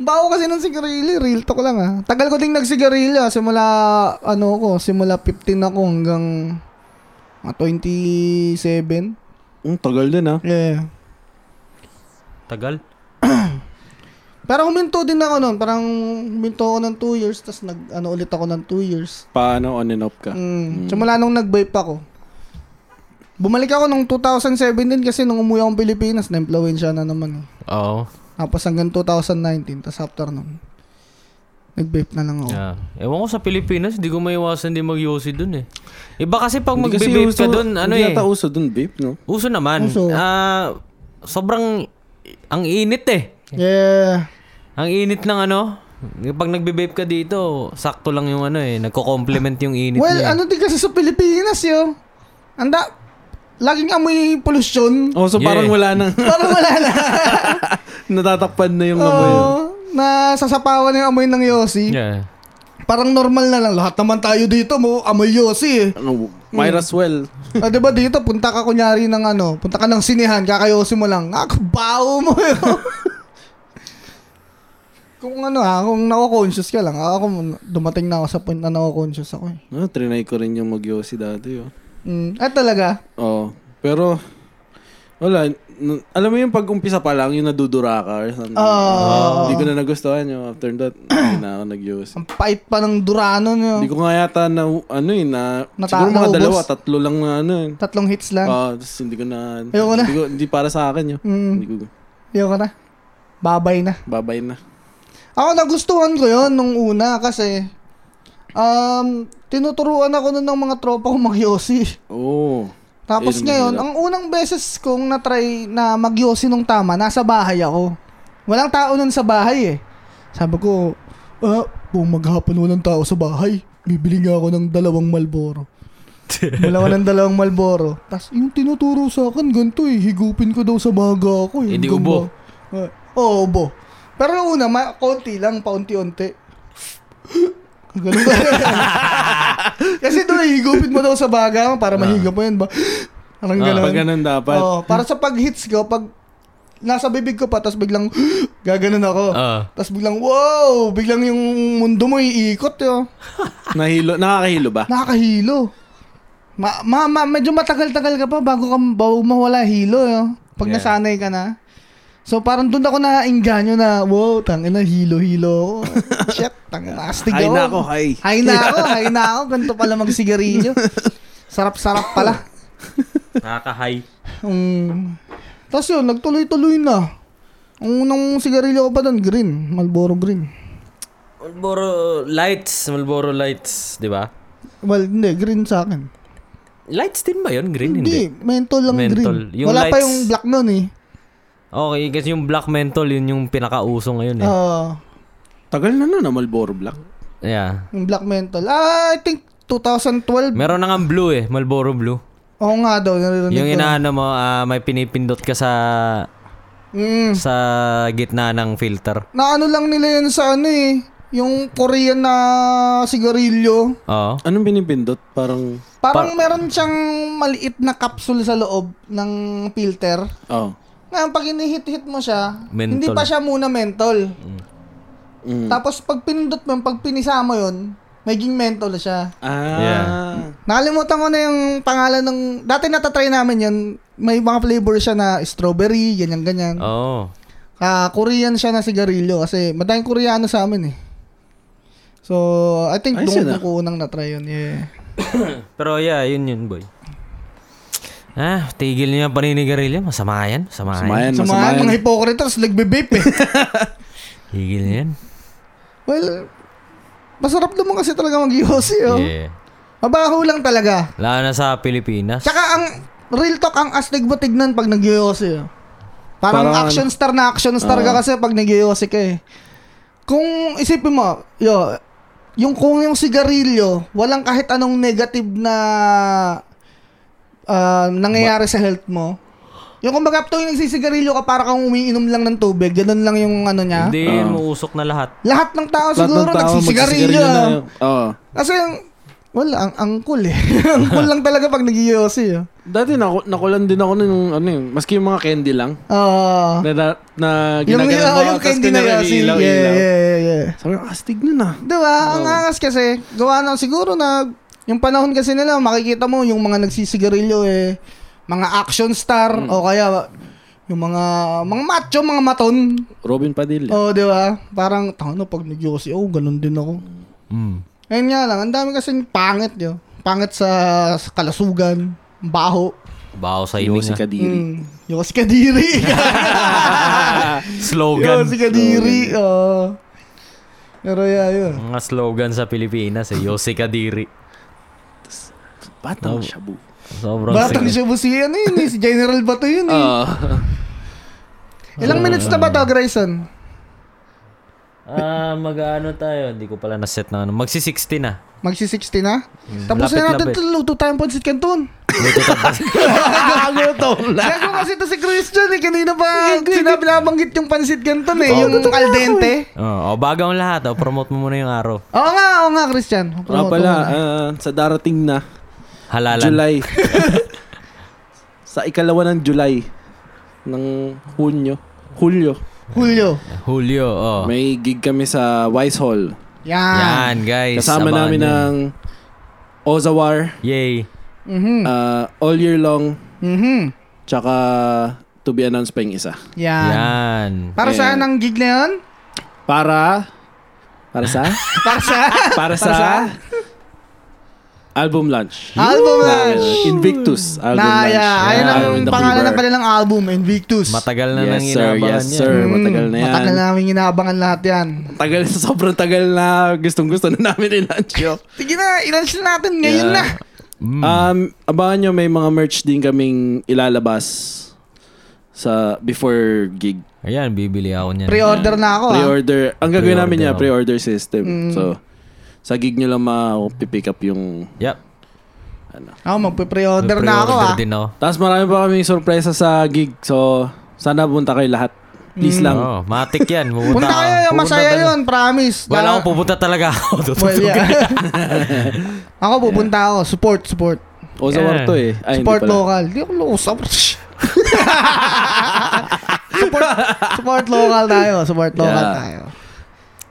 Speaker 2: Baho kasi ng sigarilyo, real talk lang ah. Tagal ko ding nagsigarilyo, ah. simula, ano ko, simula 15 ako hanggang mga 27.
Speaker 1: Mm, tagal din ah.
Speaker 2: Yeah.
Speaker 3: Tagal.
Speaker 2: Pero huminto din ako noon. Parang huminto ako ng 2 years, tapos nag, ano ulit ako ng 2 years.
Speaker 1: Paano on and off ka?
Speaker 2: Mm. Simula nung nag-vape ako. Bumalik ako nung 2017 kasi nung umuwi akong Pilipinas, na-influensya na naman. Eh.
Speaker 3: Oo.
Speaker 2: Tapos hanggang 2019, tapos after nun, nag-vape na lang ako.
Speaker 3: Yeah. Ewan ko sa Pilipinas, hindi ko maiwasan din mag-yosi dun eh. Iba kasi pag
Speaker 1: Hindi kasi
Speaker 3: mag-vape
Speaker 1: uso-
Speaker 3: ka dun, ano
Speaker 1: hindi
Speaker 3: eh.
Speaker 1: yata uso dun, vape, no?
Speaker 3: Uso naman.
Speaker 2: Uso.
Speaker 3: Ah, sobrang ang init eh.
Speaker 2: Yeah.
Speaker 3: Ang init ng ano, pag nagbe-vape ka dito, sakto lang yung ano eh, nagko-complement yung init
Speaker 2: Well,
Speaker 3: niya. eh.
Speaker 2: ano din kasi sa Pilipinas yo. Anda, laging amoy pollution.
Speaker 1: Oh, so
Speaker 3: Yeah.
Speaker 1: parang wala nang <laughs>
Speaker 2: Parang wala na.
Speaker 1: natatakpan na yung amoy.
Speaker 2: Oo. nasasapawan yung amoy ng Yossi.
Speaker 3: Yeah.
Speaker 2: Parang normal na lang. Lahat naman tayo dito mo, amoy Yossi eh.
Speaker 1: Ano, might as well.
Speaker 2: Ah, 'di ba dito punta ka kunyari ng ano, punta ka ng sinehan, kakayosin mo lang. Ako bawo mo. yun. <laughs> kung ano ha, kung nako-conscious ka lang. ah, Ako dumating na ako sa point na nako-conscious ako eh.
Speaker 1: No, Ah, trinay ko rin yung mag-Yossi dati, oh.
Speaker 2: Mm. Ah, talaga?
Speaker 1: Oh, pero wala, n- alam mo yung pag-umpisa pa lang, yung nadudura ka or something.
Speaker 2: Oo.
Speaker 1: Hindi ko na nagustuhan yung after that, hindi na ako nag-Yossi.
Speaker 2: Ang pait pa ng Durano niyo.
Speaker 1: Hindi ko nga yata na, ano eh, na,
Speaker 2: Nata-
Speaker 1: siguro mga
Speaker 2: naubos?
Speaker 1: dalawa, tatlo lang na ano eh.
Speaker 2: Tatlong hits lang.
Speaker 1: Ah, tapos hindi ko na,
Speaker 2: Ayoko na.
Speaker 1: Hindi, ko, hindi para sa akin yun.
Speaker 2: Mm.
Speaker 1: Hindi ko,
Speaker 2: Yo ka na. Babay na.
Speaker 1: babay na.
Speaker 2: Ako nagustuhan ko 'yon nung una kasi um tinuturuan ako nun ng mga tropa kong magyosi.
Speaker 1: Oo.
Speaker 2: Tapos
Speaker 1: Ayun,
Speaker 2: ngayon,
Speaker 1: mahirap.
Speaker 2: ang unang beses kong na-try na magyosi nung tama, nasa bahay ako. Walang tao nun sa bahay eh. Sabi ko, ah, kung maghapon walang tao sa bahay, bibili nga ako ng dalawang Malboro. Wala ko ng dalawang Malboro. Tapos yung tinuturo sa akin, ganito eh, higupin ko daw sa baga ako. eh.
Speaker 3: Eh, di
Speaker 2: Hanggang
Speaker 3: ubo.
Speaker 2: ba- Ah, Oo, ubo. Pero nung una, ma- konti lang, paunti-unti. Ganun ba? Kasi doon, eh, higupin mo daw sa baga para mahiga mo yun ba? Parang
Speaker 3: Ah,
Speaker 2: ganun.
Speaker 1: Pag ganun dapat.
Speaker 2: Oo, Oh, para sa pag-hits ko, pag nasa bibig ko pa, tapos biglang <gasps> gaganon ako.
Speaker 3: Ah.
Speaker 2: Tapos biglang, wow! Biglang yung mundo mo iikot, yo.
Speaker 1: Nahilo, nakakahilo ba?
Speaker 2: Nakakahilo. Ma, ma, ma- medyo matagal-tagal ka pa bago ka bago mawala hilo, yo. Pag
Speaker 3: Yeah.
Speaker 2: nasanay ka na. So parang doon ako nainganyo na, wow, tangin na, hilo-hilo. ako." Shit, tangin na, astig
Speaker 1: Ay
Speaker 2: ako.
Speaker 1: na ako, ay.
Speaker 2: Hay na ako, hay na ako. Ganito pala magsigarilyo. Sarap-sarap pala.
Speaker 3: Nakaka-high.
Speaker 2: Um, Tapos yun, nagtuloy-tuloy na. Ang unang sigarilyo ko pa doon, green. Malboro green.
Speaker 3: Marlboro lights, Marlboro lights, 'di ba?
Speaker 2: Well, hindi, green sa akin.
Speaker 3: Lights din ba 'yon? Green hindi.
Speaker 2: Hindi, mentol lang
Speaker 3: Mentol.
Speaker 2: green.
Speaker 3: Yung
Speaker 2: Wala pa
Speaker 3: lights.
Speaker 2: yung black noon eh.
Speaker 3: Okay, kasi yung black menthol yun yung pinakauso ngayon eh.
Speaker 2: Oo,
Speaker 1: Tagal na na na Marlboro Black.
Speaker 3: Yeah.
Speaker 2: yung black mentol. Ah, I think 2012.
Speaker 3: Meron na nga blue eh, Marlboro blue.
Speaker 2: Oo nga daw, naririnig
Speaker 3: Yung
Speaker 2: ko.
Speaker 3: inaano mo, ah, may pinipindot ka sa
Speaker 2: Mm.
Speaker 3: sa gitna ng filter.
Speaker 2: Na ano lang nila yun sa ano eh. Yung Korean na sigarilyo.
Speaker 3: Oo.
Speaker 1: Anong binibindot? Parang,
Speaker 2: Parang meron siyang maliit na capsule sa loob ng filter.
Speaker 1: oh.
Speaker 2: Ngayon, pag inihit-hit mo siya,
Speaker 3: Mentol.
Speaker 2: hindi pa siya muna mentol.
Speaker 1: Mm.
Speaker 2: Tapos pag pinindot mo, yun, pag pinisa mo yun, magiging mentol siya.
Speaker 1: Ah.
Speaker 3: Yeah.
Speaker 2: Nakalimutan ko na yung pangalan ng... Dati natatry namin yun. May mga flavor siya na strawberry, ganyan-ganyan.
Speaker 3: Oo.
Speaker 2: Ah, Korean siya na sigarilyo kasi madaming Koreano sa amin eh. So, I think
Speaker 1: Ayos
Speaker 2: doon
Speaker 1: yun
Speaker 2: doon
Speaker 1: ah.
Speaker 2: ko unang natry yun. Yeah.
Speaker 3: Pero yeah, yun yun, boy. Ah, tigil niyo yung paninigarilyo. Masama yan. Masama, yan.
Speaker 1: Samayan,
Speaker 2: Sa
Speaker 1: masamayan.
Speaker 2: mga, mga hipokritas, nagbe-vape
Speaker 1: <laughs>
Speaker 2: eh.
Speaker 3: Tigil niyo yan.
Speaker 2: well, masarap naman kasi talaga mag-yossi oh.
Speaker 3: Yeah.
Speaker 2: Mabaho lang talaga.
Speaker 3: Lalo na sa Pilipinas.
Speaker 2: Tsaka ang real talk ang astig mo tignan pag nagyoyose. eh. Parang,
Speaker 1: Parang
Speaker 2: action star na action star ka kasi pag nagyoyose ka eh. Kung isipin mo, yo, yung kung yung sigarilyo, walang kahit anong negative na ah, nangyayari sa health mo. Yung kumbaga to yung nagsisigarilyo ka para kang umiinom lang ng tubig, ganun lang yung ano niya.
Speaker 3: Hindi,
Speaker 1: Ah.
Speaker 3: muusok na lahat.
Speaker 2: Lahat ng tao
Speaker 1: Lahat
Speaker 2: siguro
Speaker 1: ng tao
Speaker 2: nagsisigarilyo.
Speaker 1: magsisigarilyo
Speaker 2: ah.
Speaker 1: na. Oh. Oo.
Speaker 2: Kasi yung, wala, ang, ang cool eh. <laughs> ang cool lang talaga pag nag-iossi. ah.
Speaker 1: Dati naku- nakulan din ako nung ano yun, maski yung mga candy lang.
Speaker 2: Oo.
Speaker 1: Na, na, na
Speaker 2: Ah. yung, yung,
Speaker 1: ginaganon mo,
Speaker 2: yung
Speaker 1: tapos
Speaker 2: candy na
Speaker 1: kunwari
Speaker 2: yossi. Yeah,
Speaker 1: ilaw, ilaw.
Speaker 2: yeah, yeah, yeah.
Speaker 1: Sabi ko, astig nun ah.
Speaker 2: Diba? Ang angas kasi, gawa na siguro na, yung panahon kasi nila, makikita mo yung mga nagsisigarilyo eh, mga action star,
Speaker 1: Hmm.
Speaker 2: o kaya, yung mga, mga macho, mga maton.
Speaker 1: Robin Padilla.
Speaker 2: O, di ba? Parang, tangano, pag nag oh, ganun din ako.
Speaker 3: Mm.
Speaker 2: Ayun nga lang, ang dami kasi pangit yun. Pangit sa, sa kalasugan, baho.
Speaker 3: Baho sa ah,
Speaker 1: Yung si
Speaker 3: hininga.
Speaker 1: Kadiri.
Speaker 2: Mm. Yos Kadiri.
Speaker 3: Slogan.
Speaker 2: Yos Kadiri. Oo. Pero yeah, yun.
Speaker 3: Mga slogan sa Pilipinas eh. Yossi Kadiri.
Speaker 1: Batang
Speaker 3: Oh.
Speaker 1: shabu.
Speaker 3: Sobrang
Speaker 2: Batang siya
Speaker 3: sikat.
Speaker 2: po si ano yun eh, si General Bato yun
Speaker 1: Ah.
Speaker 2: eh. Ilang minutes na ba to, Grayson?
Speaker 3: Ah, mag-ano tayo? Hindi ko pala na-set na ano. Magsi-60 na.
Speaker 2: Magsi 60 na? Tapos na natin
Speaker 3: Lapit-lapit.
Speaker 2: ito, luto tayong pansit canton.
Speaker 3: Luto tayo.
Speaker 2: <laughs>
Speaker 1: Gutom na.
Speaker 2: Gago kasi ito si Christian eh, kanina pa sinabi nabanggit yung pansit canton eh, yung al dente.
Speaker 3: oh, bago ang lahat. Oh, promote mo muna yung araw.
Speaker 2: Oo nga, oo nga, Christian.
Speaker 1: Nga
Speaker 2: Promote
Speaker 1: pala,
Speaker 2: mo na.
Speaker 1: ah, sa darating na
Speaker 3: Halalan.
Speaker 1: <laughs> July. sa ikalawa ng July ng Hunyo. Hulyo.
Speaker 2: Julio.
Speaker 3: Hulyo. Oh.
Speaker 1: May gig kami sa Wise Hall.
Speaker 2: Yan.
Speaker 3: Yan, guys.
Speaker 1: Kasama
Speaker 3: abangan
Speaker 1: namin
Speaker 3: yan.
Speaker 1: ng Ozawar,
Speaker 3: Yay.
Speaker 2: Mhm.
Speaker 1: ah, All Year Long,
Speaker 2: Mhm.
Speaker 1: tsaka to be announced pa yung isa.
Speaker 2: Yan.
Speaker 3: Yan.
Speaker 2: Para saan ang gig na yun?
Speaker 1: Para para sa <laughs>
Speaker 2: Para sa
Speaker 1: para sa album launch.
Speaker 2: album
Speaker 1: Namin,
Speaker 2: launch.
Speaker 1: Invictus album
Speaker 2: Na,
Speaker 1: launch.
Speaker 2: yeah. Ayun
Speaker 1: Yeah,
Speaker 2: ang
Speaker 1: with the
Speaker 2: pangalan na
Speaker 1: Fever.
Speaker 2: pala ng album, Invictus.
Speaker 3: Matagal na
Speaker 1: Yes,
Speaker 3: nang
Speaker 1: sir.
Speaker 3: inaabangan
Speaker 1: Yes,
Speaker 3: yan.
Speaker 1: sir.
Speaker 2: Mm,
Speaker 1: Matagal na yan.
Speaker 2: Matagal na namin inaabangan lahat yan.
Speaker 1: Tagal, <laughs> sobrang tagal na gustong-gusto na namin i-launch yun.
Speaker 2: Sige na, i-launch na natin ngayon
Speaker 1: Yeah.
Speaker 2: na. Hmm.
Speaker 3: Mm.
Speaker 1: Um, abangan nyo, may mga merch din kaming ilalabas sa before gig.
Speaker 3: Ayan, bibili ako niyan.
Speaker 2: Pre-order na ako. ah. oh.
Speaker 1: Pre-order. Ang gagawin
Speaker 3: Pre-order
Speaker 1: namin niya,
Speaker 3: ako.
Speaker 1: pre-order system.
Speaker 2: Mm.
Speaker 1: So, sa gig nyo lang ma-pick up yung...
Speaker 3: Yep.
Speaker 2: Ako, magpe-pre-order na ako
Speaker 3: Pre-order
Speaker 2: ah.
Speaker 3: din ako.
Speaker 1: Tapos marami pa kaming sorpresa sa gig. So, sana punta kayo lahat. Please
Speaker 2: Hmm.
Speaker 1: lang.
Speaker 3: Oh, matik
Speaker 1: <laughs>
Speaker 3: yan. Pupunta,
Speaker 2: Punta
Speaker 3: ako.
Speaker 2: kayo,
Speaker 3: Pupunta
Speaker 2: masaya
Speaker 3: talaga.
Speaker 2: yun, promise.
Speaker 3: Wala
Speaker 2: Lalo-
Speaker 3: akong pupunta talaga <laughs> ako.
Speaker 2: Well,
Speaker 3: Tututugin.
Speaker 2: yeah. <laughs> ako pupunta ako, support, support.
Speaker 1: Ozawar
Speaker 3: Oh. Yeah.
Speaker 1: to eh. Ay, hindi
Speaker 2: support
Speaker 1: pala.
Speaker 2: local. Hindi ako lo- support. <laughs> support, support local tayo, support local
Speaker 1: Yeah.
Speaker 2: tayo.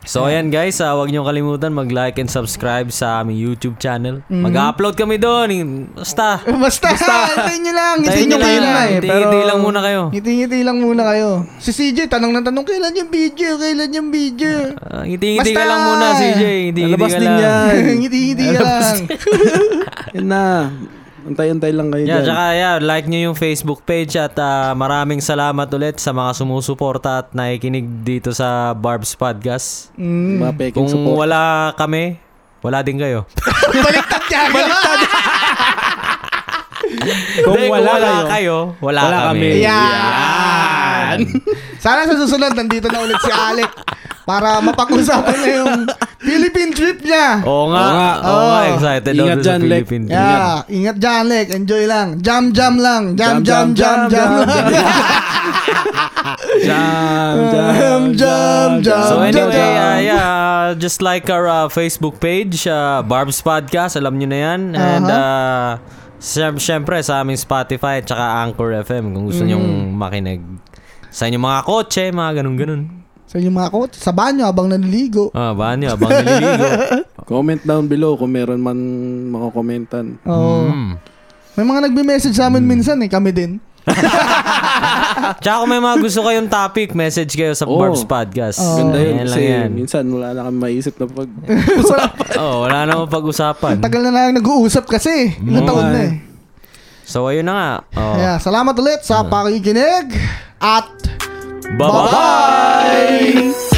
Speaker 3: So ayan guys, ah, huwag niyong kalimutan mag-like and subscribe sa aming YouTube channel.
Speaker 1: Mm-hmm.
Speaker 3: Mag-upload kami doon. Basta.
Speaker 2: Basta, <laughs> hintayin nyo lang. Hintayin nyo
Speaker 3: Hintayin nyo
Speaker 2: kayo
Speaker 3: lang.
Speaker 2: na eh.
Speaker 3: Hintayin- hintayin lang muna kayo.
Speaker 2: Hintayin-hintayin lang muna kayo. Si CJ, tanong na tanong, kailan yung video? Kailan yung <laughs> video?
Speaker 3: Ah, ngiti-ngiti ka
Speaker 2: Basta!
Speaker 3: lang muna, CJ. Ngiti-ngiti
Speaker 1: Lalabas
Speaker 3: ka
Speaker 1: din
Speaker 3: lang.
Speaker 1: yan.
Speaker 2: Ngiti-ngiti ka lang.
Speaker 1: Yan na. Antay-antay lang kayo
Speaker 3: Yeah,
Speaker 1: dyan.
Speaker 3: tsaka yeah, like nyo yung Facebook page at ah, maraming salamat ulit sa mga sumusuporta at nakikinig dito sa Barb's Podcast.
Speaker 2: Mm.
Speaker 1: Mga peking
Speaker 3: Kung
Speaker 1: support.
Speaker 3: wala kami, wala din kayo.
Speaker 2: <laughs> Baliktad niya. Baliktad.
Speaker 1: <laughs> Kung
Speaker 3: <laughs> Hindi,
Speaker 1: wala kayo,
Speaker 3: kayo, wala,
Speaker 1: wala
Speaker 3: kami.
Speaker 1: kami.
Speaker 2: Yeah.
Speaker 1: Yan.
Speaker 2: Sana sa susunod, nandito na ulit si Alec para mapag-usapan na yung Philippine trip niya.
Speaker 3: Oo
Speaker 1: Oo
Speaker 3: nga.
Speaker 1: nga.
Speaker 3: Oo nga,
Speaker 2: Oo.
Speaker 3: excited
Speaker 1: Ingat
Speaker 3: ako sa
Speaker 1: dyan, Lek.
Speaker 3: Philippine. team.
Speaker 2: Yeah, ingat dyan, Alec. Enjoy lang. Jam, jam lang. Jam, jam, jam, jam, lang.
Speaker 1: Jam,
Speaker 2: Jam, jam, jam.
Speaker 3: So
Speaker 1: Um,
Speaker 2: Jam,
Speaker 3: anyway,
Speaker 2: jam.
Speaker 3: uh, yeah, uh, just like our uh, Facebook page, uh, Barb's Podcast, alam nyo na yan.
Speaker 1: Uh-huh.
Speaker 3: And uh, syem- syempre sa aming Spotify at saka Anchor FM kung gusto nyong
Speaker 1: Mm.
Speaker 3: makinig sa inyong mga kotse, mga ganun-ganun.
Speaker 2: <laughs> Sa inyong mga coach, sa banyo habang naniligo.
Speaker 3: Ah, ba nyo, abang
Speaker 1: <laughs>
Speaker 3: nililigo.
Speaker 1: Comment down below kung meron man makakomentan.
Speaker 2: Oo.
Speaker 3: Hmm.
Speaker 2: May mga nagme-message sa amin minsan eh, kami din.
Speaker 3: Tsaka kung may mga gusto kayong topic, message kayo sa
Speaker 1: Oo.
Speaker 3: Barb's Podcast.
Speaker 1: Oh. Ganda yun
Speaker 3: Oh, Ayan lang
Speaker 1: kasi
Speaker 3: yan.
Speaker 1: minsan wala na kami maisip na pag...
Speaker 3: Oh, <laughs> wala namang pag-usapan.
Speaker 2: <laughs> Tagal na lang nag-uusap kasi. Ilang
Speaker 3: Oo
Speaker 2: taon na
Speaker 3: nga eh.
Speaker 2: eh.
Speaker 3: So ayun na nga. Oh.
Speaker 2: Kaya,
Speaker 3: Ah.
Speaker 2: salamat ulit sa pakikinig at
Speaker 3: Bye-bye!
Speaker 2: bye!